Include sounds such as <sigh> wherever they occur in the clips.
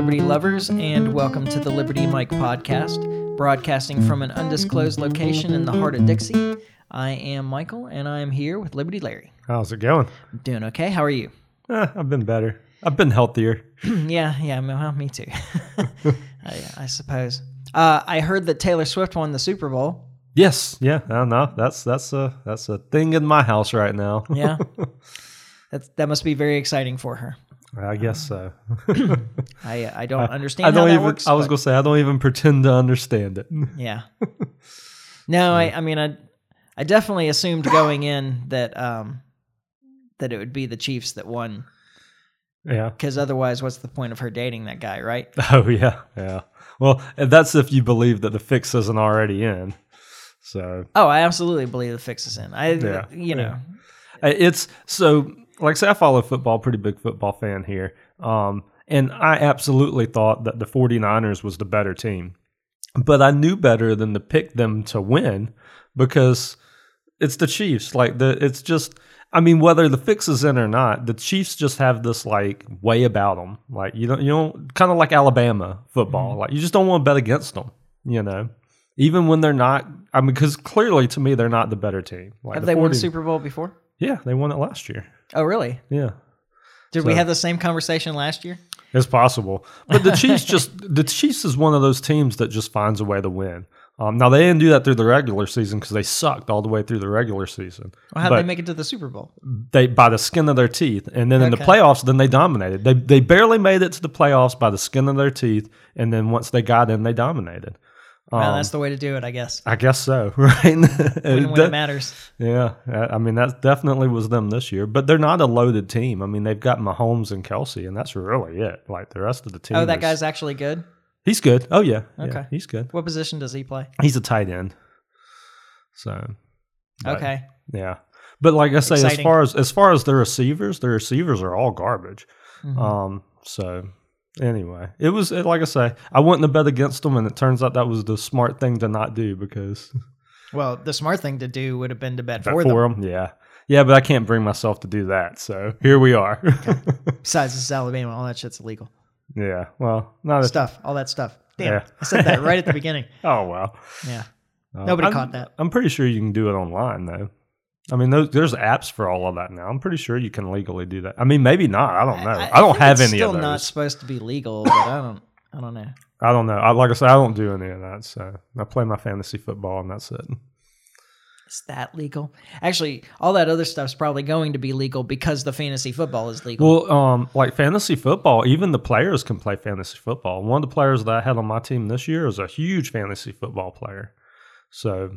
listeners, and welcome to the Liberty Mike podcast, broadcasting from an undisclosed location in the heart of Dixie. I am Michael, and I am here with Liberty Larry. How's it going? Doing okay? How are you? <clears throat> Eh, I've been better. I've been healthier. yeah, yeah, me- well, me too. <laughs> I, I suppose. Uh, I heard that Taylor Swift won the Super Bowl. Yes. Yeah. I don't know. That's that's a that's a thing in my house right now. <laughs> Yeah, That's, that must be very exciting for her. I guess uh, so. I I don't understand I how don't that even. works. I was but- gonna say I don't even pretend to understand it. Yeah. No, I, I mean, I, I definitely assumed going in that, um, that it would be the Chiefs that won, <laughs> Yeah. because otherwise, what's the point of her dating that guy, right? <laughs> Oh yeah. Yeah. Well, and that's if you believe that the fix isn't already in. So Oh, I absolutely believe the fix is in. I, Yeah, you know, Uh, It's so like I say, I follow football, pretty big football fan here. Um, and I absolutely thought that the 49ers was the better team. But I knew better than to pick them to win because it's the Chiefs. Like the it's just I mean, whether the fix is in or not, the Chiefs just have this like way about them. Like you don't you don't kind of like Alabama football. Mm-hmm. Like you just don't want to bet against them, you know. Even when they're not, I mean, because clearly to me they're not the better team. Like have the they won a 49ers Super Bowl before? yeah, they won it last year. Oh, really? Yeah, Did we So- have the same conversation last year? it's possible. But the Chiefs just <laughs> the Chiefs is one of those teams that just finds a way to win. Um, now they didn't do that through the regular season because they sucked all the way through the regular season. Well, how did But- they make it to the Super Bowl? They by the skin of their teeth, and then in the Okay. playoffs, then they dominated. They they barely made it to the playoffs by the skin of their teeth, and then once they got in, they dominated. well, Um, uh, that's the way to do it, I guess. I guess so, <laughs> right? When, when it matters. Yeah, I I mean that definitely was them this year, but they're not a loaded team. I mean they've got Mahomes and Kelsey, and that's really it. Like the rest of the team. Oh, that is- guy's actually good. he's good. Oh yeah, yeah, Okay. he's good. What position does he play? He's a tight end. So but, Okay. yeah, but like I say, as Exciting. far as as far as the receivers, the receivers are all garbage. Mhm. Um, so anyway, it was it, like I say, I wouldn't have bet against them, and it turns out that was the smart thing to not do because Well, the smart thing to do would have been to bet for, for them. them, yeah. Yeah, but I can't bring myself to do that. So <laughs> here we are. Besides, this is Alabama. All that shit's illegal. Yeah. Well, not a, stuff, all that stuff. Damn, Yeah. I said that <laughs> right at the beginning. oh well. Yeah, Uh, nobody I'm- caught that. I'm pretty sure you can do it online though. I mean, those, there's apps for all of that now. I'm pretty sure you can legally do that. I mean, maybe not. I don't know. I, don't think have it's any still of those. not supposed to be legal, but I don't. I don't know. I don't know. I, like I said, I don't do any of that. So I play my fantasy football, and that's it. Is that legal? Actually, all that other stuff's probably going to be legal because the fantasy football is legal. Well, um, like fantasy football, even the players can play fantasy football. One of the players that I had on my team this year is a huge fantasy football player. So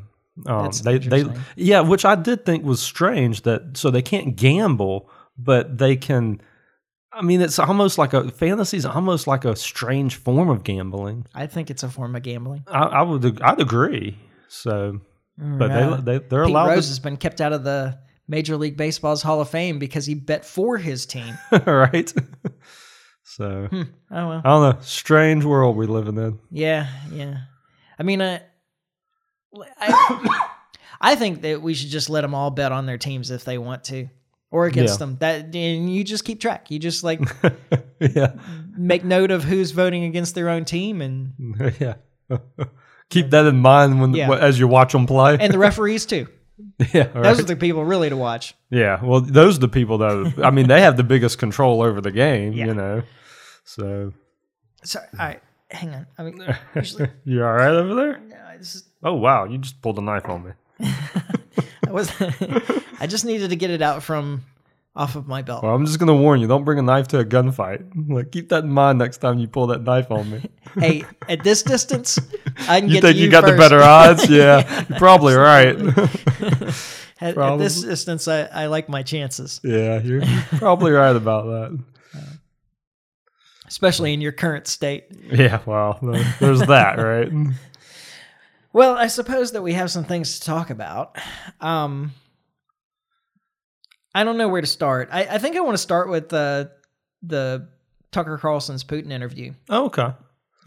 um, That's they they interesting. yeah, which I did think was strange that so they can't gamble, but they can. I mean, it's almost like a fantasy is almost like a strange form of gambling. I think it's a form of gambling. I, I would I'd agree. So, but Yeah. they they they're Pete allowed Rose has been kept out of the Major League Baseball's Hall of Fame because he bet for his team. to, <laughs> right. <laughs> so Hmm. <laughs> Oh well. I don't know. Strange world we live in. Yeah, yeah. I mean, I, <coughs> I, I think that we should just let them all bet on their teams if they want to, or against Yeah. them. That and you just keep track. You just like <laughs> yeah. make note of who's voting against their own team, and <laughs> yeah. Keep that in mind when Yeah. as you watch them play. and the referees too. <laughs> yeah, all Those right. are the people really to watch. yeah. Well, those are the people that I mean, they have the biggest control over the game, Yeah. you know. So So, all right, hang on. <laughs> I mean, usually, you all right over there? no, I just Oh wow, you just pulled a knife on me. I was, <laughs> I just needed to get it out from off of my belt. Well, I'm just gonna warn you: don't bring a knife to a gunfight. <laughs> Like, keep that in mind next time you pull that knife on <laughs> me. hey, at this distance, I can You get think to you, you, got the first. <laughs> better odds? Yeah, you're probably right. At, at Probably. this distance, I, I like my chances, <laughs> yeah, you're probably right about that. especially in your current state. Yeah, well, there- there's that, <laughs> right? Well, I suppose that we have some things to talk about. Um, I don't know where to start. I, I think I want to start with the the Tucker Carlson's Putin interview. Did okay.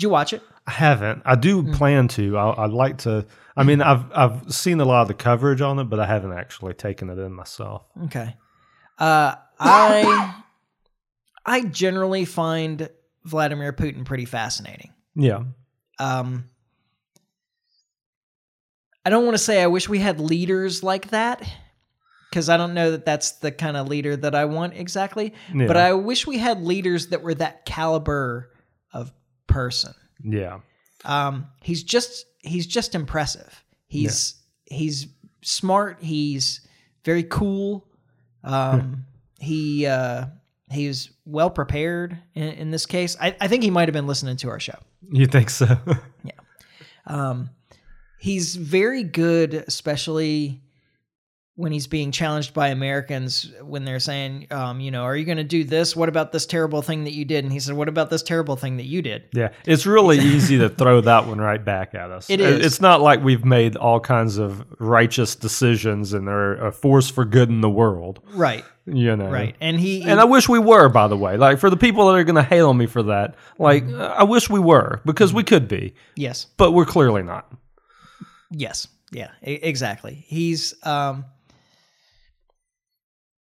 you watch it? I haven't. I do Mm. plan to. I, I'd like to. I mean, I've Mm-hmm. I've seen a lot of the coverage on it, but I haven't actually taken it in myself. Okay. Uh, I I generally find Vladimir Putin pretty fascinating. Yeah. Um, I don't want to say I wish we had leaders like that because I don't know that that's the kind of leader that I want exactly. yeah. But I wish we had leaders that were that caliber of person. Yeah. Um, he's just he's just impressive. He's he's smart. He's very cool. Um, he uh, he's well prepared in, in this case. I, I think he might have been listening to our show. You <laughs> think so? Um, he's very good, especially when he's being challenged by Americans when they're saying, um, you know, are you going to do this? What about this terrible thing that you did? And he said, what about this terrible thing that you did? yeah. It's really easy to throw that one right back at us. It is. It's not like we've made all kinds of righteous decisions and are a force for good in the world. Right, You know. right. And he, Uh-huh. And I wish we were, by the way. Like for the people that are going to hail me for that, like Mm-hmm. I wish we were because we could be, yes, but we're clearly not. yes, yeah, e- exactly. He's, um,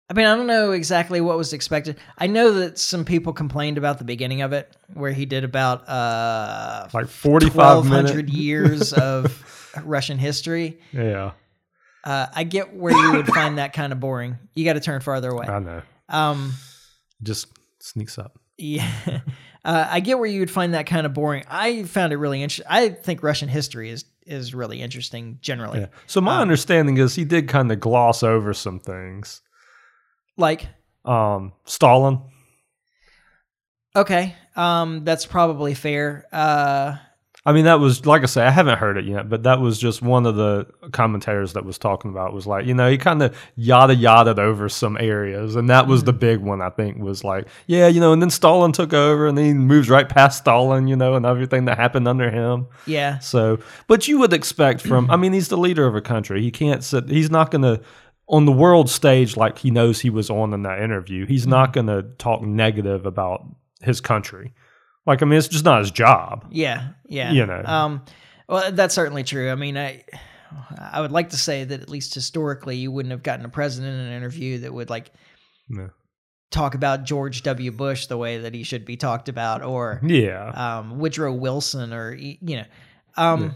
I mean, I don't know exactly what was expected. I know that some people complained about the beginning of it, where he did about uh, Like forty-five twelve hundred minutes. years <laughs> of Russian history. Yeah, Uh, I get where you would find that kind of boring. You got to turn farther away. I know. Um, Just sneaks up. yeah, <laughs> uh, I get where you would find that kind of boring. I found it really interesting. I think Russian history is is really interesting generally. Yeah. So my understanding is he did kind of gloss over some things. Like, Um, Stalin. okay, um, that's probably fair. Uh, I mean, that was like I say, I haven't heard it yet, but that was just one of the commentators that was talking about was like, you know, he kind of yada yadaed over some areas, and that was the big one I think was like, yeah, you know, and then Stalin took over, and then he moves right past Stalin, you know, and everything that happened under him. yeah, So, but you would expect from, I mean, he's the leader of a country. He can't sit, he's not going to, on the world stage, like he knows he was on in that interview, he's not going to talk negative about his country. Like, I mean, it's just not his job. yeah, yeah. You know. Um, well, that's certainly true. I mean, I. I would like to say that at least historically, you wouldn't have gotten a president in an interview that would like No. talk about George W. Bush the way that he should be talked about, or Yeah. um, Woodrow Wilson or y- you know. Um,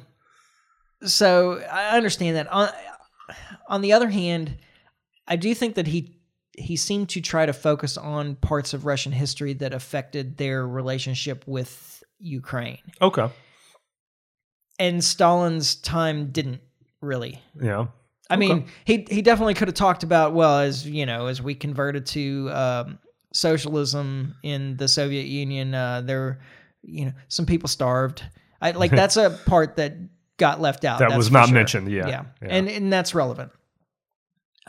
So I understand that. On, on the other hand, I do think that he he seemed to try to focus on parts of Russian history that affected their relationship with Ukraine, Okay. and Stalin's time didn't really. Yeah. I Okay. mean, he he definitely could have talked about well, as you know, as we converted to um, socialism in the Soviet Union, uh, there, you know, some people starved. I <laughs> like that's a part that got left out. That that's was for not sure. mentioned. Yeah. Yeah. and and that's relevant.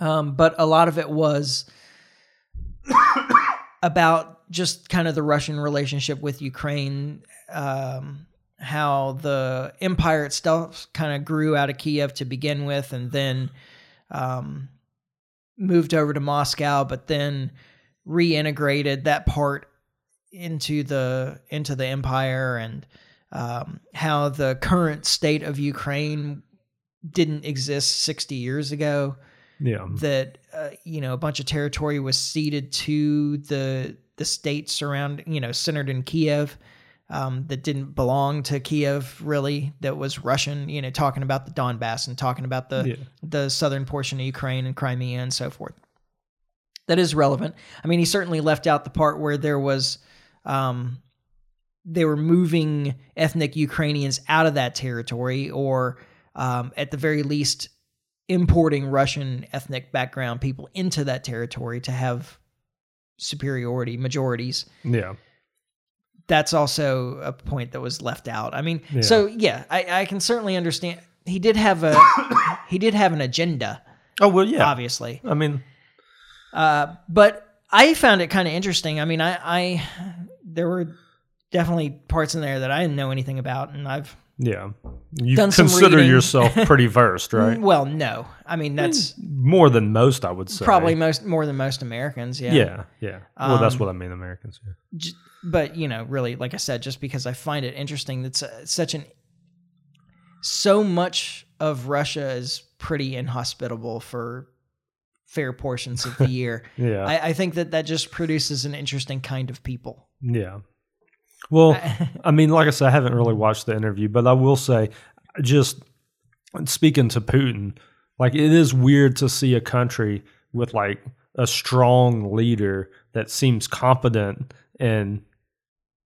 Um, but a lot of it was <coughs> about just kind of the Russian relationship with Ukraine. Um, how the empire itself kind of grew out of Kiev to begin with, and then um, moved over to Moscow, but then reintegrated that part into the into the empire, and um, how the current state of Ukraine didn't exist 60 years ago. yeah. That uh, you know a bunch of territory was ceded to the the state surrounding you know centered in Kiev. Um, that didn't belong to Kiev really. That was Russian. You know, talking about the Donbass and talking about the Yeah. the southern portion of Ukraine and Crimea and so forth. That is relevant. I mean, he certainly left out the part where there was, um, they were moving ethnic Ukrainians out of that territory, or um, at the very least, importing Russian ethnic background people into that territory to have superiority majorities. Yeah. That's also a point that was left out. I mean, Yeah. so yeah, I, I can certainly understand. He did have a <coughs> he did have an agenda Oh, well, yeah. obviously. I mean, Uh, but I found it kind of interesting. I mean, I, I there were definitely parts in there that I didn't know anything about, and I've yeah. You Done some consider reading. <laughs> yourself pretty versed, right? well, no, I mean that's Mm, More than most, I would say. probably most more than most Americans, yeah. Hmm. Yeah. Yeah. Well, that's Um, what I mean, Americans. Yeah. J- but you know, really, like I said, just because I find it interesting, that's uh, such an so much of Russia is pretty inhospitable for fair portions of <laughs> the year. Yeah. I, I think that that just produces an interesting kind of people. yeah. Well, I mean, like I said, I haven't really watched the interview, but I will say, just speaking to Putin, like it is weird to see a country with like a strong leader that seems competent and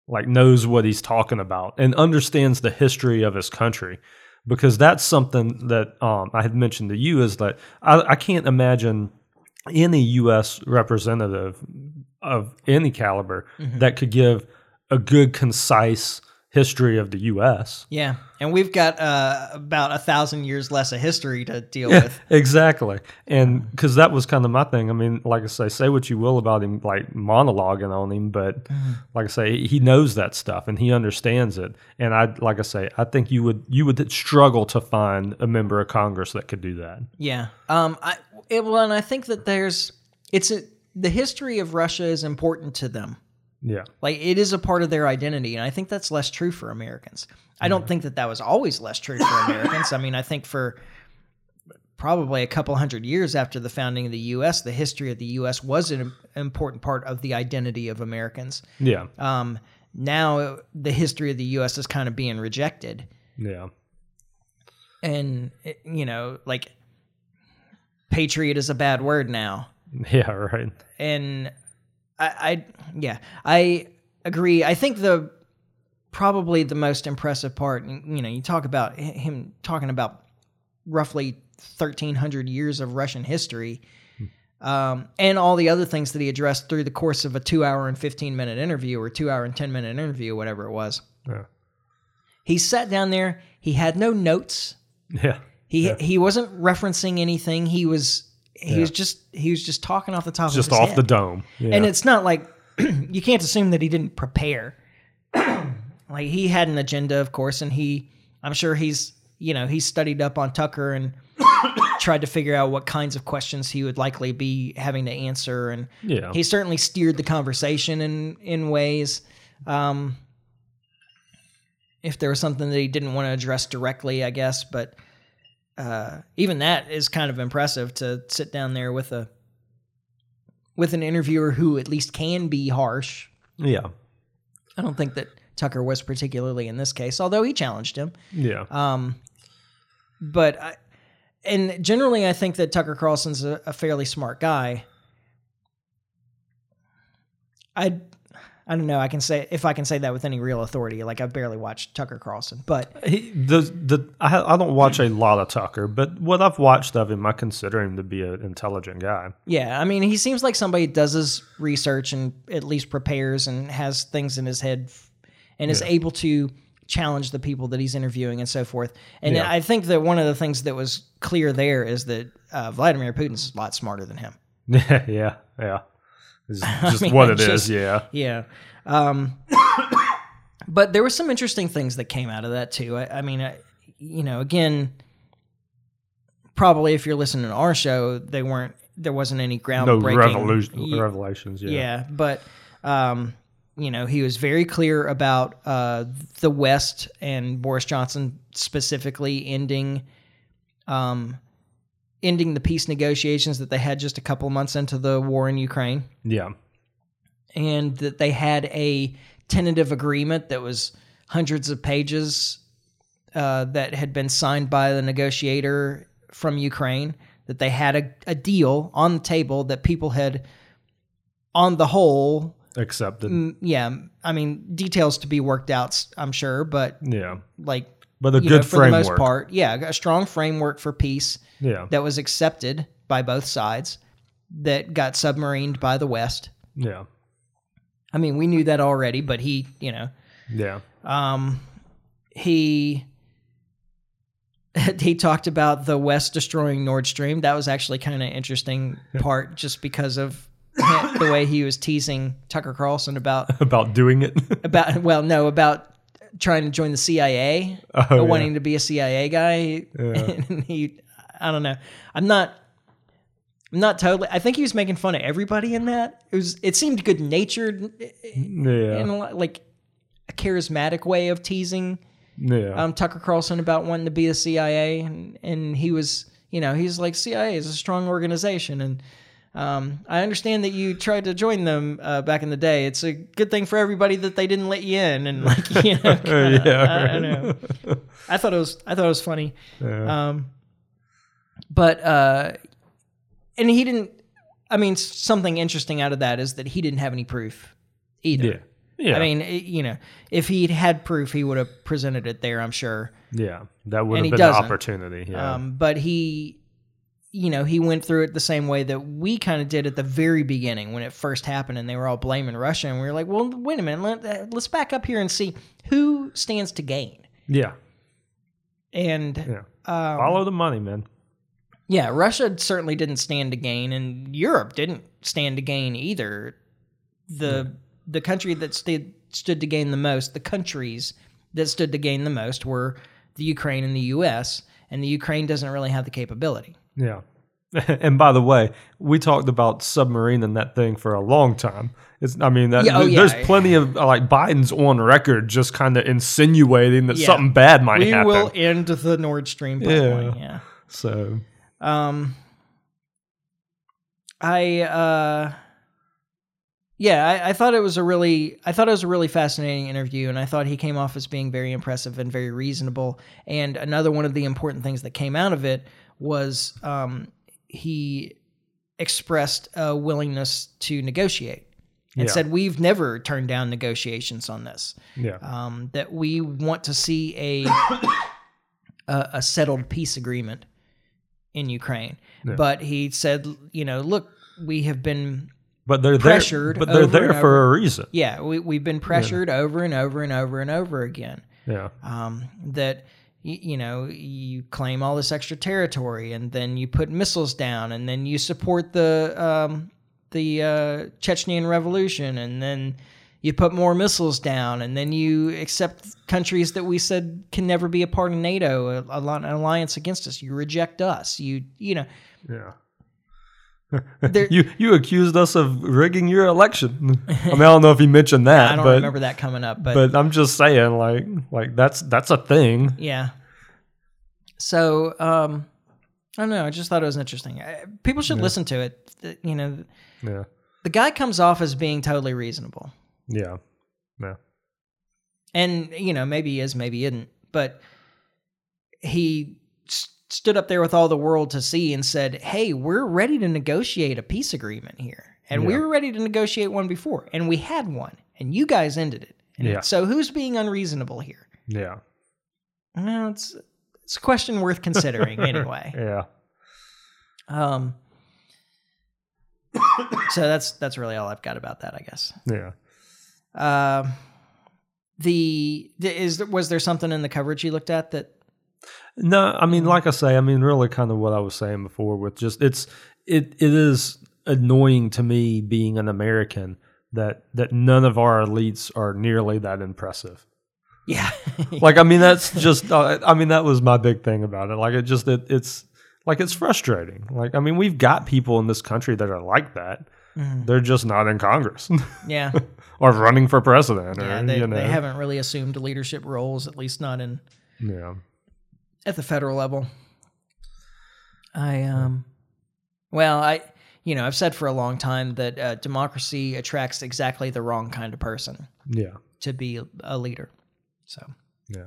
like knows what he's talking about and understands the history of his country because that's something that um, I had mentioned to you is that I, I can't imagine any U.S. representative of any caliber Mm-hmm. that could give a good, concise history of the U.S. Yeah, and we've got uh, about a thousand years less of history to deal with. Exactly. And because that was kind of my thing. I mean, like I say, say what you will about him, like monologuing on him, but Mm-hmm. like I say, he knows that stuff and he understands it. And I, like I say, I think you would you would struggle to find a member of Congress that could do that. Yeah. Um. I it, well, and I think that there's it's a, the history of Russia is important to them. Yeah. Like it is a part of their identity, and I think that's less true for Americans. I don't think that that was always less true for Americans. I mean, I think for probably a couple hundred years after the founding of the U.S., the history of the U.S. was an im- important part of the identity of Americans. Yeah. Um, now the history of the U.S. is kind of being rejected, Yeah. and it- you know, like patriot is a bad word now. Yeah. <laughs> Right. and I, I yeah i agree i think the probably the most impressive part and you know you talk about h- him talking about roughly 1300 years of russian history um, and all the other things that he addressed through the course of a two hour and 15 minute interview or two hour and 10 minute interview whatever it was Yeah. he sat down there he had no notes Yeah. he Yeah. he wasn't referencing anything he was he was just he was just talking off the top Just of his off head. the dome. Yeah. And it's not like <clears throat> you can't assume that he didn't prepare. <clears throat> like he had an agenda, of course, and he I'm sure he's you know, he studied up on Tucker and <coughs> tried to figure out what kinds of questions he would likely be having to answer and yeah. he certainly steered the conversation in in ways um if there was something that he didn't want to address directly, I guess, but uh, even that is kind of impressive to sit down there with a with an interviewer who at least can be harsh. Yeah. I don't think that Tucker was particularly in this case, although he challenged him. Yeah. Um, but I, and generally, I think that Tucker Carlson's a, a fairly smart guy. I, I don't know. I can say if I can say that with any real authority. Like I've barely watched Tucker Carlson, but He, the the I, I don't watch a lot of Tucker, but what I've watched of him, I consider him to be an intelligent guy. <laughs> yeah, I mean, he seems like somebody that does his research and at least prepares and has things in his head, f- and is able to challenge the people that he's interviewing and so forth. And Yeah. I think that one of the things that was clear there is that uh, Vladimir Putin's a lot smarter than him. Yeah, yeah, yeah. <laughs> It's just mean, what it is. just- Yeah, Yeah. Um, <coughs> but there were some interesting things that came out of that too. I, I mean, I, you know, again, probably if you're listening to our show, they weren't there wasn't any no groundbreaking revolution, Ye- revelations. Yeah. Yeah, but um, you know, he was very clear about uh, the West and Boris Johnson specifically ending um, ending the peace negotiations that they had just a couple months into the war in Ukraine yeah, and that they had a tentative agreement that was hundreds of pages uh, that had been signed by the negotiator from Ukraine. That they had a, a deal on the table that people had, on the whole, accepted. mm, yeah. I mean, details to be worked out, s- I'm sure, but Yeah, like but a you good know, for framework. the most part, yeah, a strong framework for peace yeah, that was accepted by both sides, that got submarined by the West. yeah, I mean, we knew that already, but he, you know, yeah, um, he <laughs> he talked about the West destroying Nord Stream. That was actually kind of interesting part, just because of <laughs> the way he was teasing Tucker Carlson about about doing it. <laughs> about <laughs> well, no, about trying to join the CIA, Oh, but yeah. wanting to be a CIA guy. <laughs> and he, I don't know. I'm not. I'm not totally. I think he was making fun of everybody in that. It was. It seemed good natured yeah, in a lot, like a charismatic way of teasing yeah, um, Tucker Carlson about wanting to be the CIA, and, and he was, you know, he's like CIA is a strong organization, and Um, I understand that you tried to join them uh, back in the day. It's a good thing for everybody that they didn't let you in, and like <laughs> you know, kinda- <laughs> yeah, I, I know. right. I thought it was I thought it was funny. Yeah. Um, but uh, and he didn't. I mean, s- something interesting out of that is that he didn't have any proof either. yeah, yeah. I mean, it- you know, if he'd had proof, he would have presented it there. I'm sure. yeah, that would and have he been the doesn't. opportunity. Yeah, Um, but he, you know, he went through it the same way that we kind of did at the very beginning when it first happened, and they were all blaming Russia, and we were like, well, wait a minute, let, uh, let's back up here and see who stands to gain. yeah, And yeah. um, Follow the money, man. Yeah, Russia certainly didn't stand to gain, and Europe didn't stand to gain either. The the country that stood stood to gain the most, the countries that stood to gain the most were the Ukraine and the U.S. And the Ukraine doesn't really have the capability. Yeah. <laughs> And by the way, we talked about submarine and that thing for a long time. It's, I mean, that, Yeah, oh, th- there's yeah. plenty of uh, like Biden's on record just kind of insinuating that Yeah. something bad might We happen. will end the Nord Stream pipeline. Yeah. So Um, I uh, yeah, I, I thought it was a really, I thought it was a really fascinating interview, and I thought he came off as being very impressive and very reasonable. And another one of the important things that came out of it was um, he expressed a willingness to negotiate and Yeah. said, "We've never turned down negotiations on this." yeah, um, that we want to see a <coughs> a, a settled peace agreement in Ukraine. Yeah. But he said, you know, look, we have been but they're there. pressured But they're over there and for a reason. yeah, we we've been pressured over and over and over and over again. Yeah, Um, that y- you know you claim all this extra territory and then you put missiles down and then you support the um, the uh, Chechnyan revolution and then you put more missiles down and then you accept countries that we said can never be a part of NATO, a, a, li- an alliance against us. You reject us. You you know yeah. there, You you accused us of rigging your election. <laughs> I mean, I don't know if you mentioned <laughs> that, I don't but remember that coming up, but but I'm just saying, like like that's that's a thing. Yeah. So um, I don't know. I just thought it was interesting. I, people should listen to it. Th- You know, Yeah, the guy comes off as being totally reasonable, yeah, yeah, and you know, maybe he is, maybe he isn't, but he s- stood up there with all the world to see and said, "Hey, we're ready to negotiate a peace agreement here, and we Yeah. were ready to negotiate one before, and we had one, and you guys ended it. And Yeah. So who's being unreasonable here? yeah, Well, it's it's a question worth <laughs> considering anyway." yeah. Um, <coughs> so that's that's really all I've got about that, I guess. Yeah. Um, the the- is there- was there something in the coverage you looked at that? No, I mean, like I say, I mean, really, kind of what I was saying before with just it's it it is annoying to me being an American that that none of our elites are nearly <laughs> that impressive. Yeah, Like, I mean, that's just uh, I mean, that was my big thing about it. Like, it just it, it's like it's frustrating. Like, I mean, we've got people in this country that are like that. Mhm. They're just not <laughs> in Congress <laughs> yeah, or running for president, or yeah. They, you know, they haven't really assumed leadership roles, at least not in yeah, at the federal level. I um, well, I you know I've said for a long time that uh, democracy attracts exactly the wrong kind of person yeah, to be a leader. So yeah.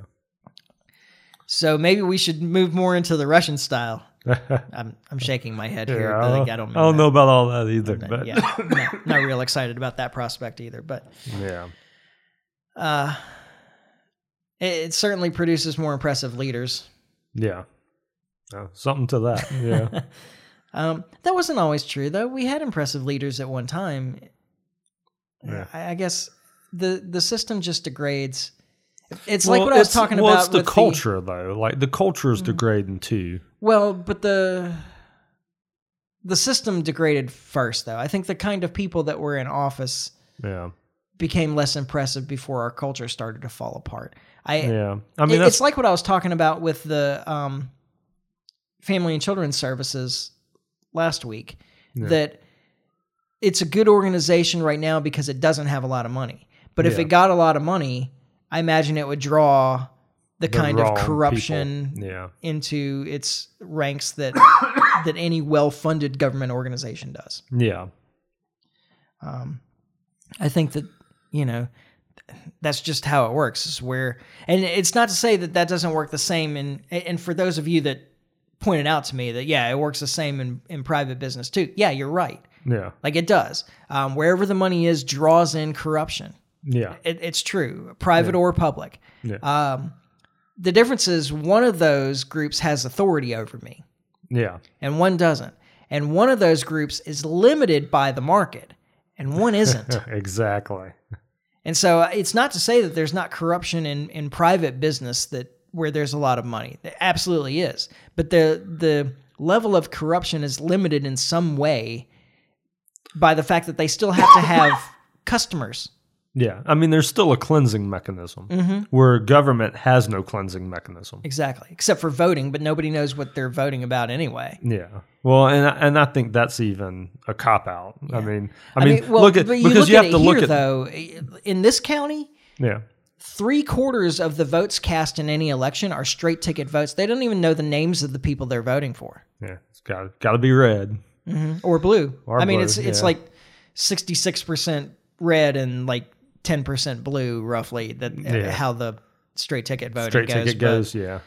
So maybe we should move more into the Russian style. I'm I'm shaking my head here. but, like, I don't know. <laughs> I don't know about all that either, that. but yeah, not, not real excited about that prospect either. But <laughs> yeah. uh, it, it certainly produces more impressive leaders. Yeah. Oh, something <laughs> to that. Yeah. Um, that wasn't always true though. We had impressive leaders at one time. Yeah. I, I guess the the system just degrades. It's Well, like what I was it's- talking well, about It's the with Mm-hmm. culture, though. Like, the culture is degrading, too. Well, but the the system degraded first, though. I think the kind of people that were in office Yeah. became less impressive before our culture started to fall apart. I, Yeah. I it- mean, it's that's. like what I was talking about with the um, family and children's services last week. Yeah. That it's a good organization right now because it doesn't have a lot of money. But if Yeah. it got a lot of money, I imagine it would draw the, the kind of wrong corruption people. Yeah. into its ranks that that any well-funded government organization does. Yeah. Um, I think that you know that's just how it works. Is where, and it's not to say that that doesn't work the same. In and for those of you that pointed out to me that yeah, it works the same in in private business too. Yeah, you're right. Yeah. Like it does. Um, wherever the money is draws in corruption. Yeah. It, it's true, private or public. Yeah. Um, the difference is one of those groups has authority over me, Yeah. and one doesn't. And one of those groups is limited by the market, and one <laughs> isn't. Exactly. And so uh, it's not to say that there's not corruption in, in private business that where there's a lot of money. There absolutely is. But the the level of corruption is limited in some way by the fact that they still have to <laughs> have customers. Yeah. I mean, there's still a cleansing mechanism Mm-hmm. where government has no cleansing mechanism. Exactly. Except for voting, but nobody knows what they're voting about anyway. Yeah. Well, and I- and I think that's even a cop out. I mean, I mean, well, look at but because you have it to look here, at though in this county, yeah, three quarters of the votes cast in any election are straight ticket votes. They don't even know the names of the people they're voting for. yeah. It's got got to be red. or blue. Or I mean, blue, it's it's yeah. like sixty six percent red and like ten percent blue, roughly. That uh, Yeah. how the straight ticket voting Straight goes. ticket but, goes. Yeah.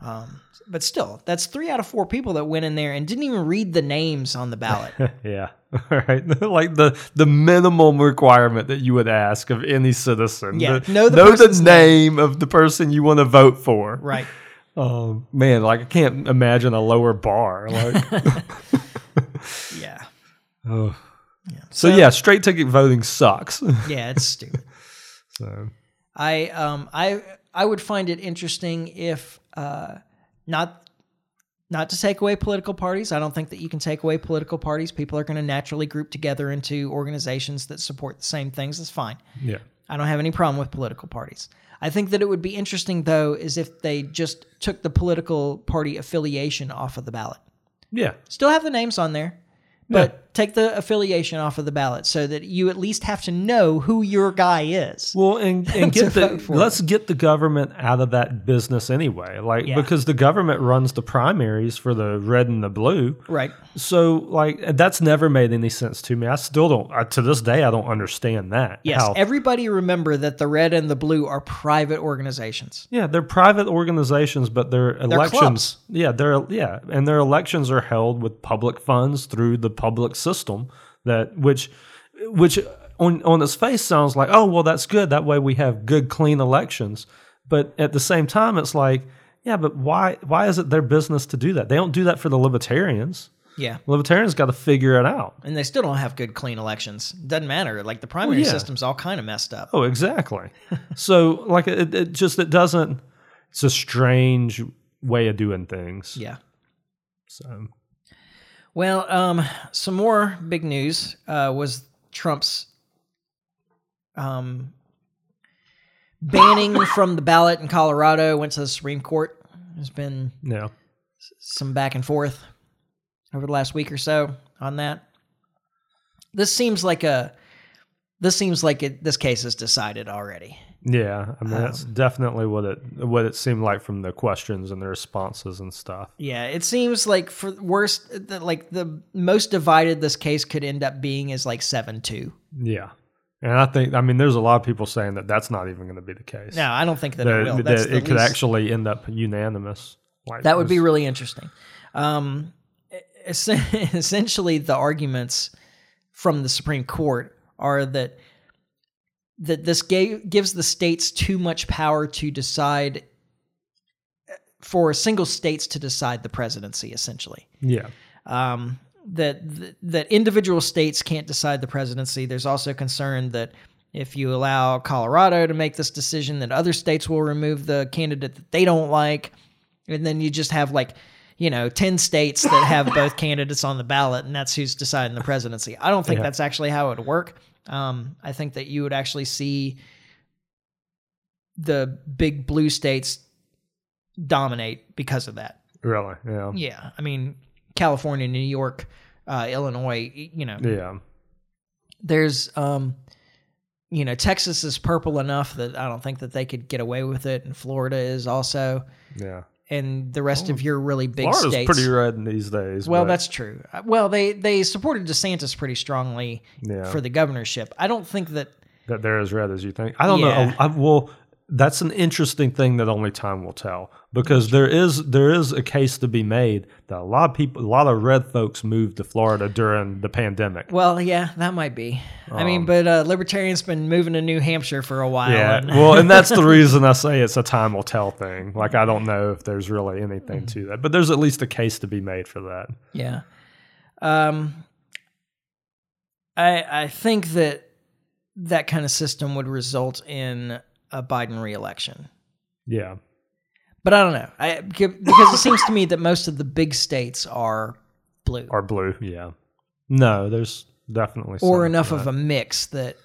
Um, but still, that's three out of four people that went in there and didn't even read the names on the <laughs> ballot. Yeah. All right. <laughs> like the the minimum requirement that you would ask of any citizen. Yeah. The- Know the person's name of the person you want to vote for. right. Oh man, like I can't imagine a <laughs> lower bar. Like Yeah. oh. Yeah. So, yeah, straight ticket voting sucks. <laughs> Yeah, it's stupid. so I um I I would find it interesting if uh not not to take away political parties. I don't think that you can take away political parties. People are going to naturally group together into organizations that support the same things. That's fine. yeah. I don't have any problem with political parties. I think that it would be interesting though is if they just took the political party affiliation off of the ballot. Yeah. Still have the names on there, but take the affiliation off of the ballot so that you at least have to know who your guy is. <laughs> Well, and, and To get the vote for let's get the government out of that business anyway. Like Yeah. because the government runs the primaries for the red and the blue. Right. So like that's never made any sense to me. I still don't I, to this day I don't understand that. Yes, How- everybody remember that the red and the blue are private organizations. yeah, they're private organizations, but their elections. clubs. yeah, they're yeah, and their elections are held with public funds through the public system. That which, which on on its face sounds like oh well that's good that way we have good clean elections, but at the same time it's like yeah but why why is it their business to do that? They don't do that for the libertarians. Yeah. Libertarians got to figure it out. And they still don't have good clean elections. Doesn't matter. Like the primary yeah. system's all kind of messed up. Oh, exactly. so like it, it just it doesn't. It's a strange way of doing things. Yeah. So. Well, um, some more big news uh, was Trump's um, <laughs> banning from the ballot in Colorado went to the Supreme Court. There's been Yeah. some back and forth over the last week or so on that. This seems like a this seems like it, this case is decided already. Yeah, I mean that's Um, definitely what it what it seemed like from the questions and the responses and stuff. Yeah, it seems like for worst the, like the most divided this case could end up being is like 7-2. Yeah, and I think I mean there's a lot of people saying that that's not even going to be the case. No, I don't think that, that, it will. that That's it the could least- actually end up unanimous. Like That would be this- really interesting. Um, es- <laughs> essentially, the arguments from the Supreme Court are that that this ga- gives the states too much power to decide e, for single states to decide the presidency. Essentially, yeah, um, that that- that individual states can't decide the presidency. There's also concern that if you allow Colorado to make this decision, that other states will remove the candidate that they don't like, and then you just have like you know 10 states that have both candidates on the ballot and that's who's deciding the presidency i don't think that's actually how it would work um, i think that you would actually see the big blue states dominate because of that really, yeah, yeah, I mean California, New York, uh, Illinois. y- You know, yeah, there's um, you know Texas is purple enough that I don't think that they could get away with it, and Florida is also. yeah. and the rest of your really big Florida's states. pretty red these days. well, but, that's true. Uh, Well, they they supported DeSantis pretty strongly yeah, for the governorship. I don't think that that they're as red as you think. I don't Yeah. know. I, I will. That's an interesting thing that only time will tell because there is there is a case to be made that a lot of people, a lot of red folks moved to Florida during the pandemic. Well, yeah, that might be. I mean, Um, but uh, libertarians been moving to New Hampshire for a while. Yeah. and- <laughs> well, and that's the reason I say it's a time will tell thing. Like I don't know if there's really anything to that, but there's at least a case to be made for that. yeah. Um, I I think that that kind of system would result in a Biden reelection, Yeah. but I don't know. I beca- because it seems to me that most of the big states are blue Or blue. Yeah. No, there's definitely or some enough that, of a mix that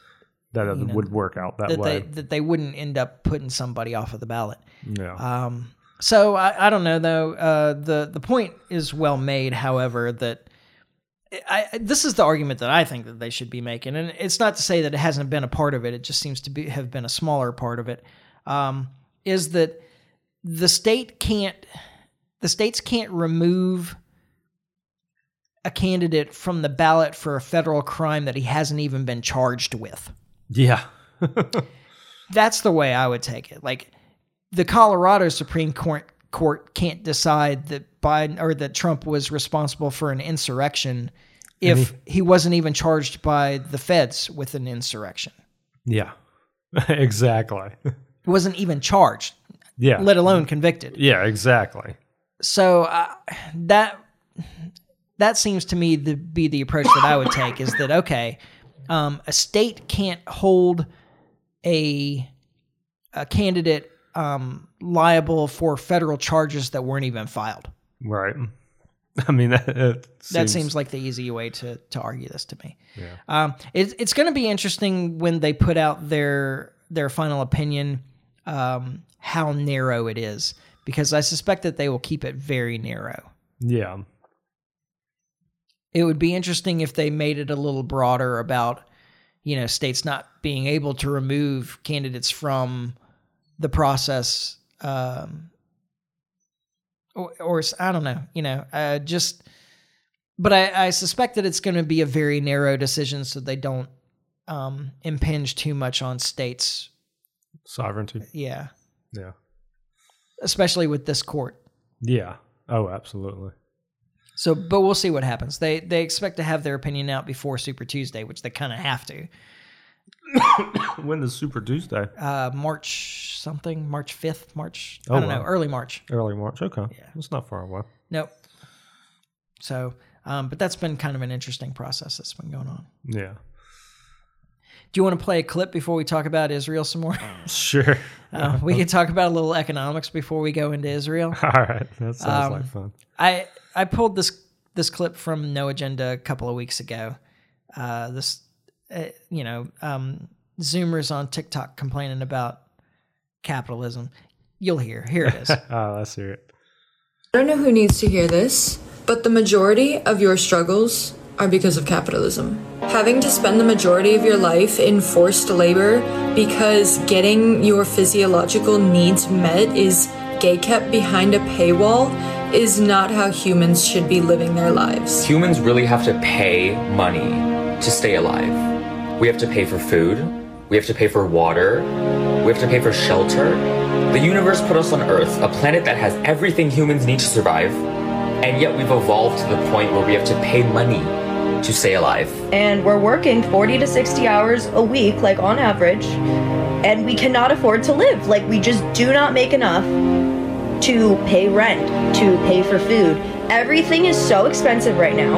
that it you know, would work out that, that they way. that they wouldn't end up putting somebody off of the ballot. yeah. Um, so I, I don't know though. Uh, the the point is well made. However, that I, I- this is the argument that I think that they should be making, and it's not to say that it hasn't been a part of it. It just seems to be have been a smaller part of it. Um, is that the state can't the states can't remove a candidate from the ballot for a federal crime that he hasn't even been charged with yeah. that's the way I would take it. Like the Colorado Supreme Court court can't decide that Biden or that Trump was responsible for an insurrection if he wasn't even charged by the feds with an insurrection. Yeah. <laughs> exactly. He wasn't even charged, Yeah. let alone convicted. yeah, exactly. So uh, that that seems to me to be the approach that I would take is that okay, um, a state can't hold a a candidate um, liable for federal charges that weren't even filed. Right. <laughs> I mean, that, it seems, That seems like the easy way to to argue this to me. Yeah. Um, it, it's going to be interesting when they put out their their final opinion, um, how narrow it is, because I suspect that they will keep it very narrow. Yeah. it would be interesting if they made it a little broader about you know states not being able to remove candidates from the process um or, or s- i don't know you know uh just but i i suspect that it's going to be a very narrow decision so they don't um impinge too much on states Sovereignty. yeah Yeah. especially with this court Yeah. Oh, absolutely. so but we'll see what happens they they expect to have their opinion out before super tuesday which they kind of have to when is Super Tuesday? uh, March something, March 5th, March, I Oh, don't know, wow. early March. Early March. Okay. Yeah. It's not far away. Nope. So, um, but that's been kind of an interesting process that's been going on. Yeah. <laughs> Do you want to play a clip before we talk about Israel some more? Oh, Sure. <laughs> <laughs> Uh, we can talk about a little economics before we go into Israel. All right. That sounds Um, like fun. I I pulled this this clip from No Agenda a couple of weeks ago. Uh, this uh, you know um, Zoomers on TikTok complaining about capitalism. You'll hear. Here it <laughs> is. Oh, let's hear it. I don't know who needs to hear this, but the majority of your struggles are because of capitalism. Having to spend the majority of your life in forced labor because getting your physiological needs met is gay kept behind a paywall is not how humans should be living their lives. humans really have to pay money to stay alive. We have to pay for food, we have to pay for water, we have to pay for shelter. The universe put us on Earth, a planet that has everything humans need to survive, and yet we've evolved to the point where we have to pay money to stay alive. and we're working 40 to 60 hours a week, like on average, and we cannot afford to live. Like, we just do not make enough to pay rent, to pay for food. Everything is so expensive right now,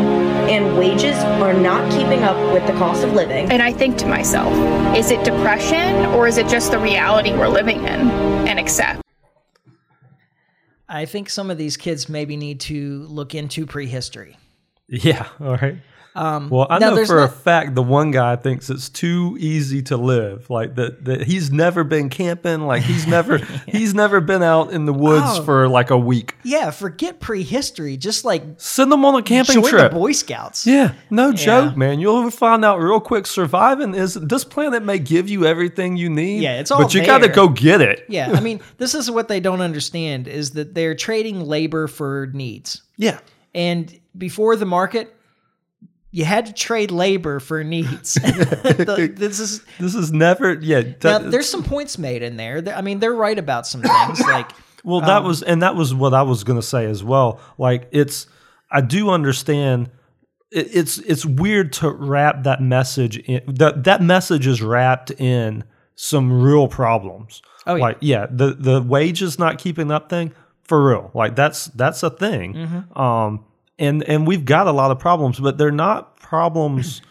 and wages are not keeping up with the cost of living. And I think to myself, is it depression or is it just the reality we're living in and accept? I think some of these kids maybe need to look into prehistory. Yeah. <laughs> All right. Um, Well, I now know there's for a not- fact the one guy thinks it's too easy to live. Like that, that he's never been camping. Like <laughs> he's never he's never been out in the woods Oh. for like a week. yeah, forget prehistory. Just like Send him on a camping join trip. the Boy Scouts. Yeah, no joke, man. You'll find out real quick. Surviving is this planet may give you everything you need. Yeah, it's all but you gotta there. go get it. Yeah, I mean, this is what they don't understand is that they're trading labor for needs. Yeah, And before the market, you had to trade labor for <laughs> needs. The- this is this is never. Yeah, that- now, there's some points made in there. I mean, they're right about some things. Like, Well, Um, that was, and that was what I was going to say as well. Like, it's, I do understand. It, it's, it's weird to wrap that message in. That that message is wrapped in some real problems. Oh, yeah. Like, yeah, the the wages not keeping up thing for real. Like, that's that's a thing. Mm-hmm. Um, and and we've got a lot of problems, but they're not problems.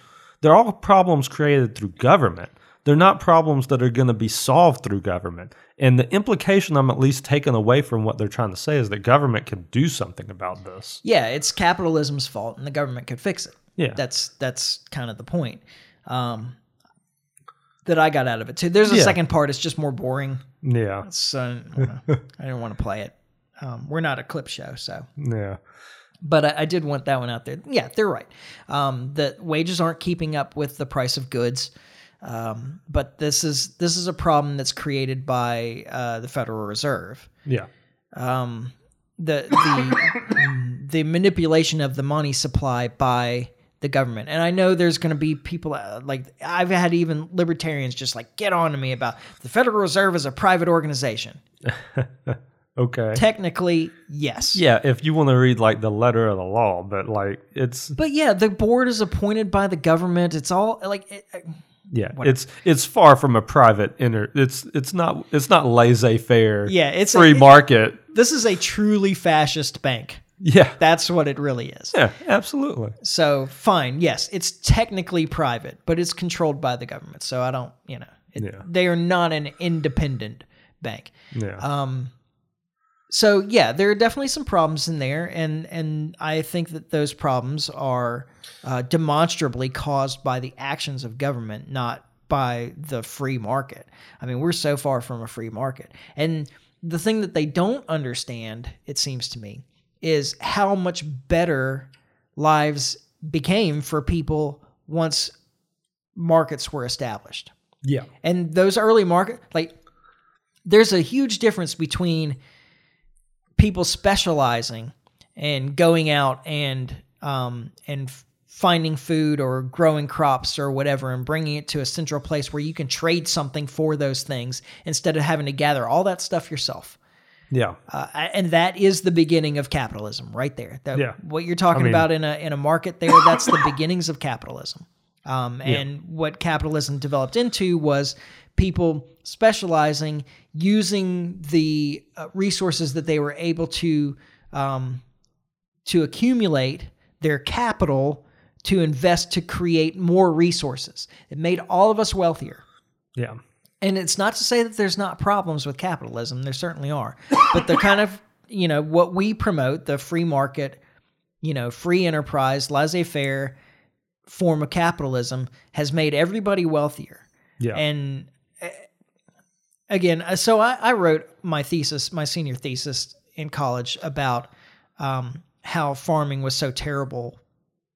they're all problems created through government. They're not problems that are going to be solved through government. And the implication I'm at least taking away from what they're trying to say is that government can do something about this. yeah, it's capitalism's fault, and the government could fix it. Yeah. that's that's kind of the point um, that I got out of it too. There's a Yeah. second part. It's just more boring. Yeah. So I don't know. I didn't want to play it. Um, we're not a clip show, so Yeah. but I, I did want that one out there. Yeah, they're right. Um, that wages aren't keeping up with the price of goods. Um, but this is this is a problem that's created by uh, the Federal Reserve. Yeah. Um, the the the manipulation of the money supply by the government. And I know there's going to be people uh, like I've had even libertarians just like get on to me about the Federal Reserve is a private organization. Okay. Technically, yes. Yeah. If you want to read like the letter of the law, but like it's, But yeah, the board is appointed by the government. It's all like it, uh, it- yeah, it's, it's far from a private inner, it's, it's not, it's not laissez faire. Yeah, it's a- free it- market. this is a truly fascist bank. Yeah. That's what it really is. Yeah. Absolutely. So fine, yes, it's technically private, but it's controlled by the government. So I don't, you know, it, Yeah. they are not an independent bank. Yeah. Um, so yeah, there are definitely some problems in there, and and I think that those problems are uh, demonstrably caused by the actions of government, not by the free market. I mean, we're so far from a free market, and the thing that they don't understand, it seems to me, is how much better lives became for people once markets were established yeah. and those early market like there's a huge difference between people specializing and going out and um and f- finding food or growing crops or whatever and bringing it to a central place where you can trade something for those things instead of having to gather all that stuff yourself Yeah. uh, and that is the beginning of capitalism right there that Yeah. what you're talking I mean- about in a in a market there that's the beginnings of capitalism um, and what capitalism developed into was people specializing using the uh, resources that they were able to um, to accumulate their capital to invest to create more resources it made all of us wealthier Yeah. and it's not to say that there's not problems with capitalism there certainly are but they're kind of you know what we promote the free market you know free enterprise laissez-faire form of capitalism has made everybody wealthier Yeah. and uh, again uh, so I, I wrote my thesis my senior thesis in college about um, how farming was so terrible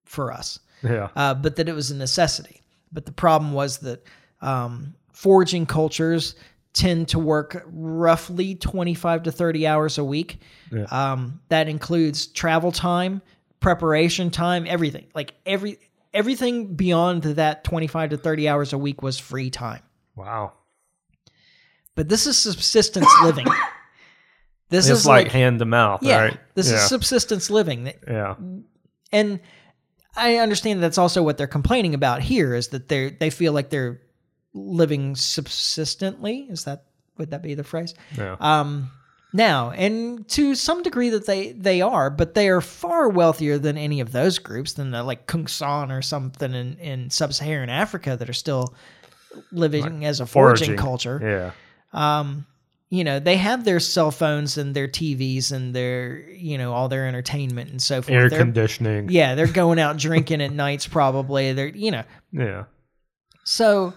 for us yeah. uh, but that it was a necessity. But the problem was that um, foraging cultures tend to work roughly 25 to 30 hours a week. Yeah. Um, that includes travel time, preparation time, everything. Like every everything beyond that 25 to 30 hours a week was free time. Wow. But this is subsistence <coughs> living. This It's is like, hand to mouth. yeah, Right. this yeah. is subsistence living. yeah. and I understand that's also what they're complaining about here is that they they feel like they're living subsistently. Is that would that be the phrase? Yeah. Um, now and to some degree that they they are, but they are far wealthier than any of those groups than the like Kungsan or something in in sub-Saharan Africa that are still living as a foraging, culture. Yeah. Um, you know, they have their cell phones and their TVs and their, you know, all their entertainment and so forth. air They're- conditioning. yeah, they're going out drinking at nights probably. They're, you know, yeah. so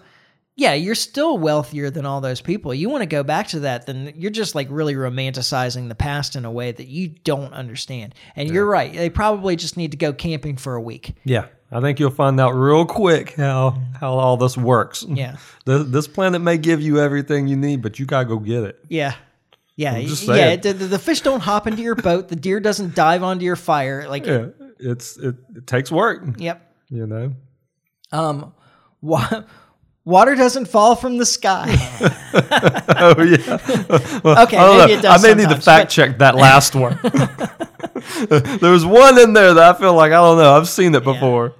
yeah, you're still wealthier than all those people. You want to go back to that, then you're just like really romanticizing the past in a way that you don't understand. And you're right. They probably just need to go camping for a week. Yeah, I think you'll find out real quick how how all this works. Yeah. <laughs> Th- this planet may give you everything you need, but you gotta go get it. Yeah. Yeah, just yeah. saying. The, the the fish don't hop into your boat. The deer doesn't dive onto your fire. Like, Yeah, it's it, it takes work. yep. You know, Um, wa- water doesn't fall from the <laughs> sky. <laughs> oh <laughs> yeah. Well, Okay, I don't maybe know. it does I may need to sometimes, fact but- check that <laughs> last one. <laughs> there was one in there that I feel like I don't know. I've seen it before.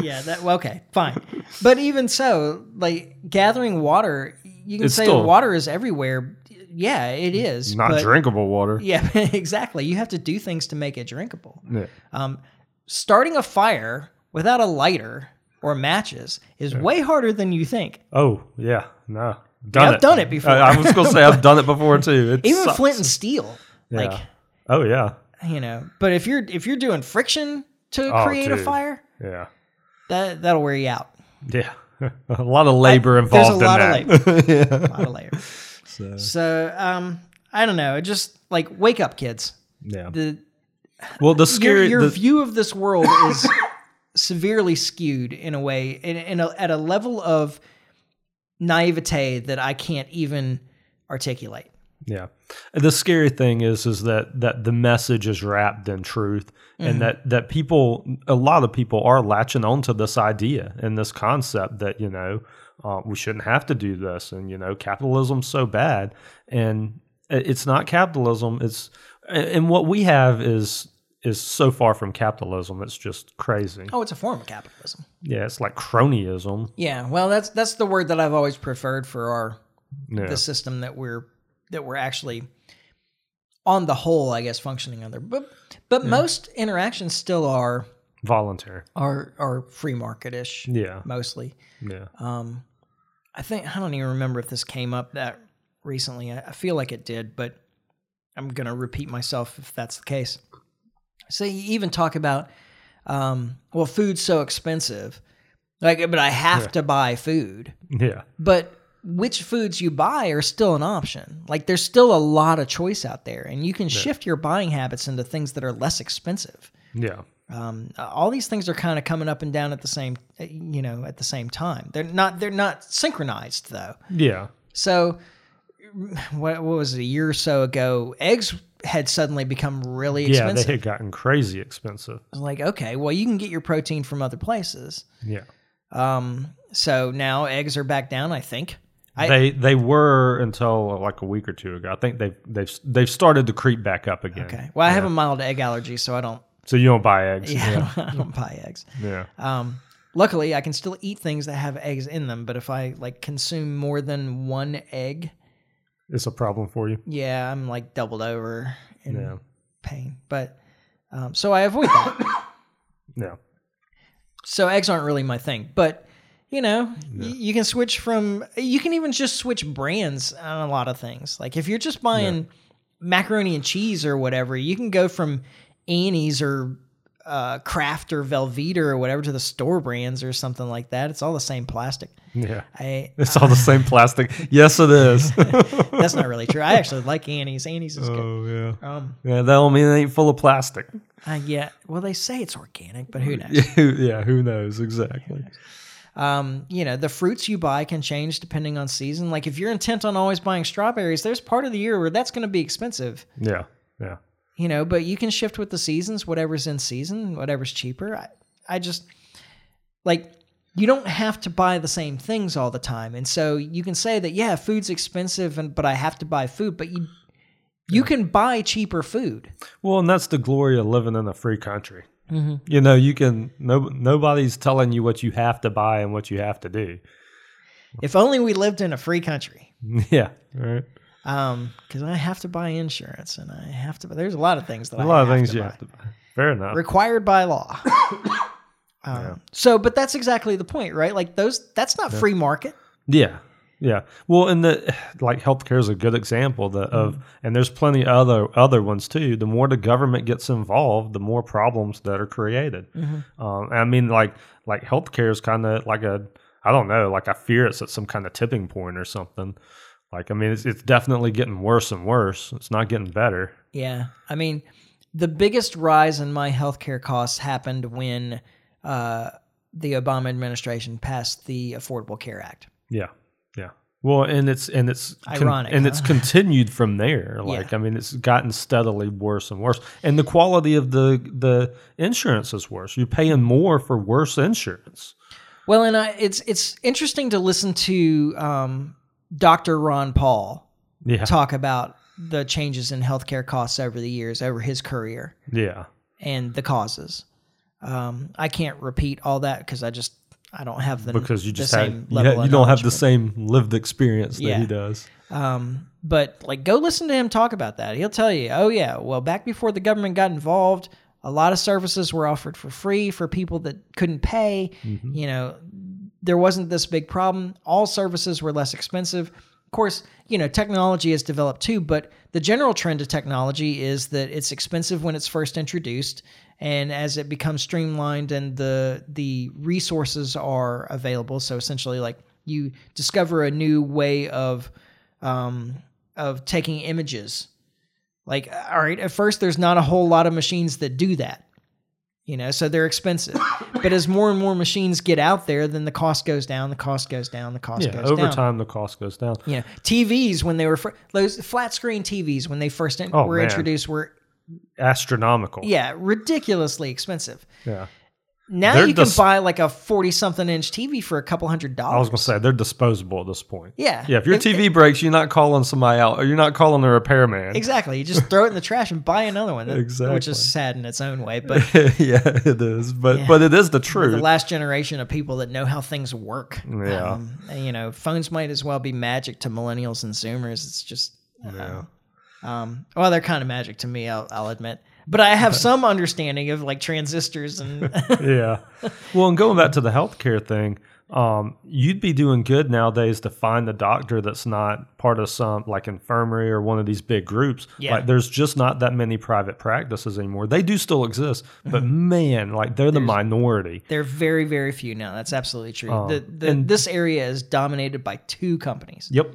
yeah. That well, okay. Fine. But even so, like gathering water, you can It's say still- water is everywhere. Yeah, it is. Not but- drinkable water. <laughs> Yeah, exactly. You have to do things to make it drinkable. Yeah. Um, starting a fire without a lighter or matches is way harder than you think. Oh yeah, no. Done I've it. done it before. I, I was gonna say I've done it before <laughs> too. It Even sucks. flint and steel, like Oh yeah. you know. But if you're if you're doing friction to Oh, create a dude. fire, Yeah. that that'll wear you out. Yeah. <laughs> a lot of labor There's a involved lot in of that. labor. A lot of labor. So, um, I don't know. Just like wake up, kids. <laughs> yeah. The well, the your, scary your the, view of this world is <coughs> severely skewed in a way in, in a, at a level of naivete that i can't even articulate yeah. The scary thing is is that that the message is wrapped in truth Mm. and that that people a lot of people are latching onto this idea and this concept that, you know, uh, we shouldn't have to do this and you know, capitalism's so bad and i- it's not capitalism, it's and and what we have is is so far from capitalism. It's just crazy. oh it's a form of capitalism Yeah, it's like cronyism. yeah well that's that's the word that i've always preferred for our Yeah. the system that we're that we're actually on the whole i guess functioning under but but most interactions still are Voluntary. are are free marketish Yeah. mostly Yeah. Um, I think I don't even remember if this came up that recently. I, I feel like it did, but I'm gonna repeat myself if that's the case. So you even talk about, um, well, food's so expensive, like, but I have to buy food. Yeah. But which foods you buy are still an option. Like, there's still a lot of choice out there, and you can shift your buying habits into things that are less expensive. Yeah. um, uh, all these things are kind of coming up and down at the same uh, you know at the same time they're not they're not synchronized though Yeah. so what, what was it a year or so ago eggs had suddenly become really Yeah. expensive They <laughs> had gotten crazy expensive. I was like okay well you can get your protein from other places Yeah. um, so now eggs are back down i think I- they they were until uh, like a week or two ago. I think they've they've they've started to creep back up again. okay well i have a mild egg allergy so i don't <laughs> So you don't buy eggs. yeah, Yeah. I don't buy eggs <laughs> Yeah. <laughs> Um, luckily, I can still eat things that have eggs in them, but if I like consume more than one egg, It's a problem for you. yeah, I'm like doubled over in Yeah. pain. But um, so I avoid that. Yeah. so eggs aren't really my thing, but you know, y- you can switch from. You can even just switch brands on a lot of things. Like if you're just buying macaroni and cheese or whatever, you can go from Annie's or uh, Kraft or Velveeta or whatever to the store brands or something like that. It's all the same plastic. Yeah. I <laughs> It's all the same plastic. Yes, it <laughs> is. that's not really true. I actually like Annie's. Annie's is good. <laughs> oh yeah. Um, Yeah. That don't mean it ain't full of plastic. uh, yeah. Well, they say it's organic, but who knows? <laughs> yeah. Who knows exactly? Um, you know, the fruits you buy can change depending on season. Like if you're intent on always buying strawberries, there's part of the year where that's going to be expensive. Yeah. Yeah. You know, but you can shift with the seasons. Whatever's in season, whatever's cheaper. I, I just like you don't have to buy the same things all the time, and so you can say that yeah, food's expensive, and but I have to buy food, but you. You can buy cheaper food. Well, and that's the glory of living in a free country. Mm-hmm. You know, you can no nobody's telling you what you have to buy and what you have to do. If only we lived in a free country. <laughs> Yeah, right. Um, because I have to buy insurance, and I have to. There's a lot of things that A I lot of have things to you buy. have to buy. Fair enough. required by law. um, So, but that's exactly the point, right? Like those, that's not free market. yeah, Yeah. Well, and the like healthcare is a good example that of and there's plenty other other ones too. The more the government gets involved, the more problems that are created. Um, I mean, like like healthcare is kind of like a I don't know, like I fear it's at some kind of tipping point or something. Like I mean, it's it's definitely getting worse and worse. It's not getting better. Yeah. I mean, the biggest rise in my healthcare costs happened when uh, the Obama administration passed the Affordable Care Act. Yeah, yeah. Well, and it's and it's con- Ironic, and huh? it's continued from <laughs> there. Like I mean, it's gotten steadily worse and worse, and the quality of the the insurance is worse. You're paying more for worse insurance. Well, and I, it's it's interesting to listen to um, Dr. Ron Paul Yeah, talk about the changes in healthcare costs over the years, over his career, yeah, and the causes. Um, I can't repeat all that because I just I don't have the because you the just had, same you, level had- of you don't have knowledge, the same lived experience that Yeah. he does. Um, but like, go listen to him talk about that. He'll tell you, oh yeah, well back before the government got involved, a lot of services were offered for free for people that couldn't pay. You know, there wasn't this big problem. All services were less expensive. Of course, you know, technology has developed too, but the general trend of technology is that it's expensive when it's first introduced, and as it becomes streamlined and the the resources are available, so essentially like you discover a new way of um, of taking images. Like, all right, at first there's not a whole lot of machines that do that, you know, so they're expensive. but as more and more machines get out there, then the cost goes down, the cost goes down, the cost Yeah, goes over down. time the cost goes down. You know, TVs when they were fir- those flat screen TVs when they first in- Oh, were man. introduced were Astronomical. yeah ridiculously expensive. yeah. Now They're you dis- can buy like a forty something inch TV for a couple hundred dollars. I was gonna say they're disposable at this point. Yeah. Yeah. If your It- TV breaks, you're not calling somebody out, or you're not calling a repairman. exactly, you just throw it in the trash and buy another one, which Exactly. is sad in its own way, but <laughs> yeah, it is. But Yeah. but it is the we're truth. the last generation of people that know how things work. Yeah. Um, and, you know, phones might as well be magic to millennials and Zoomers. It's just, yeah. um, well, they're kind of magic to me, I'll, I'll admit. But I have some <laughs> understanding of like transistors and <laughs> yeah. Well, and going back to the healthcare thing, um, you'd be doing good nowadays to find a doctor that's not part of some like infirmary or one of these big groups. Yeah. Like there's just not that many private practices anymore. They do still exist, but Mm-hmm. man, like they're the minority. they're very, very few now. That's absolutely true. the, the, Oh. and- this area is dominated by two companies. Yep.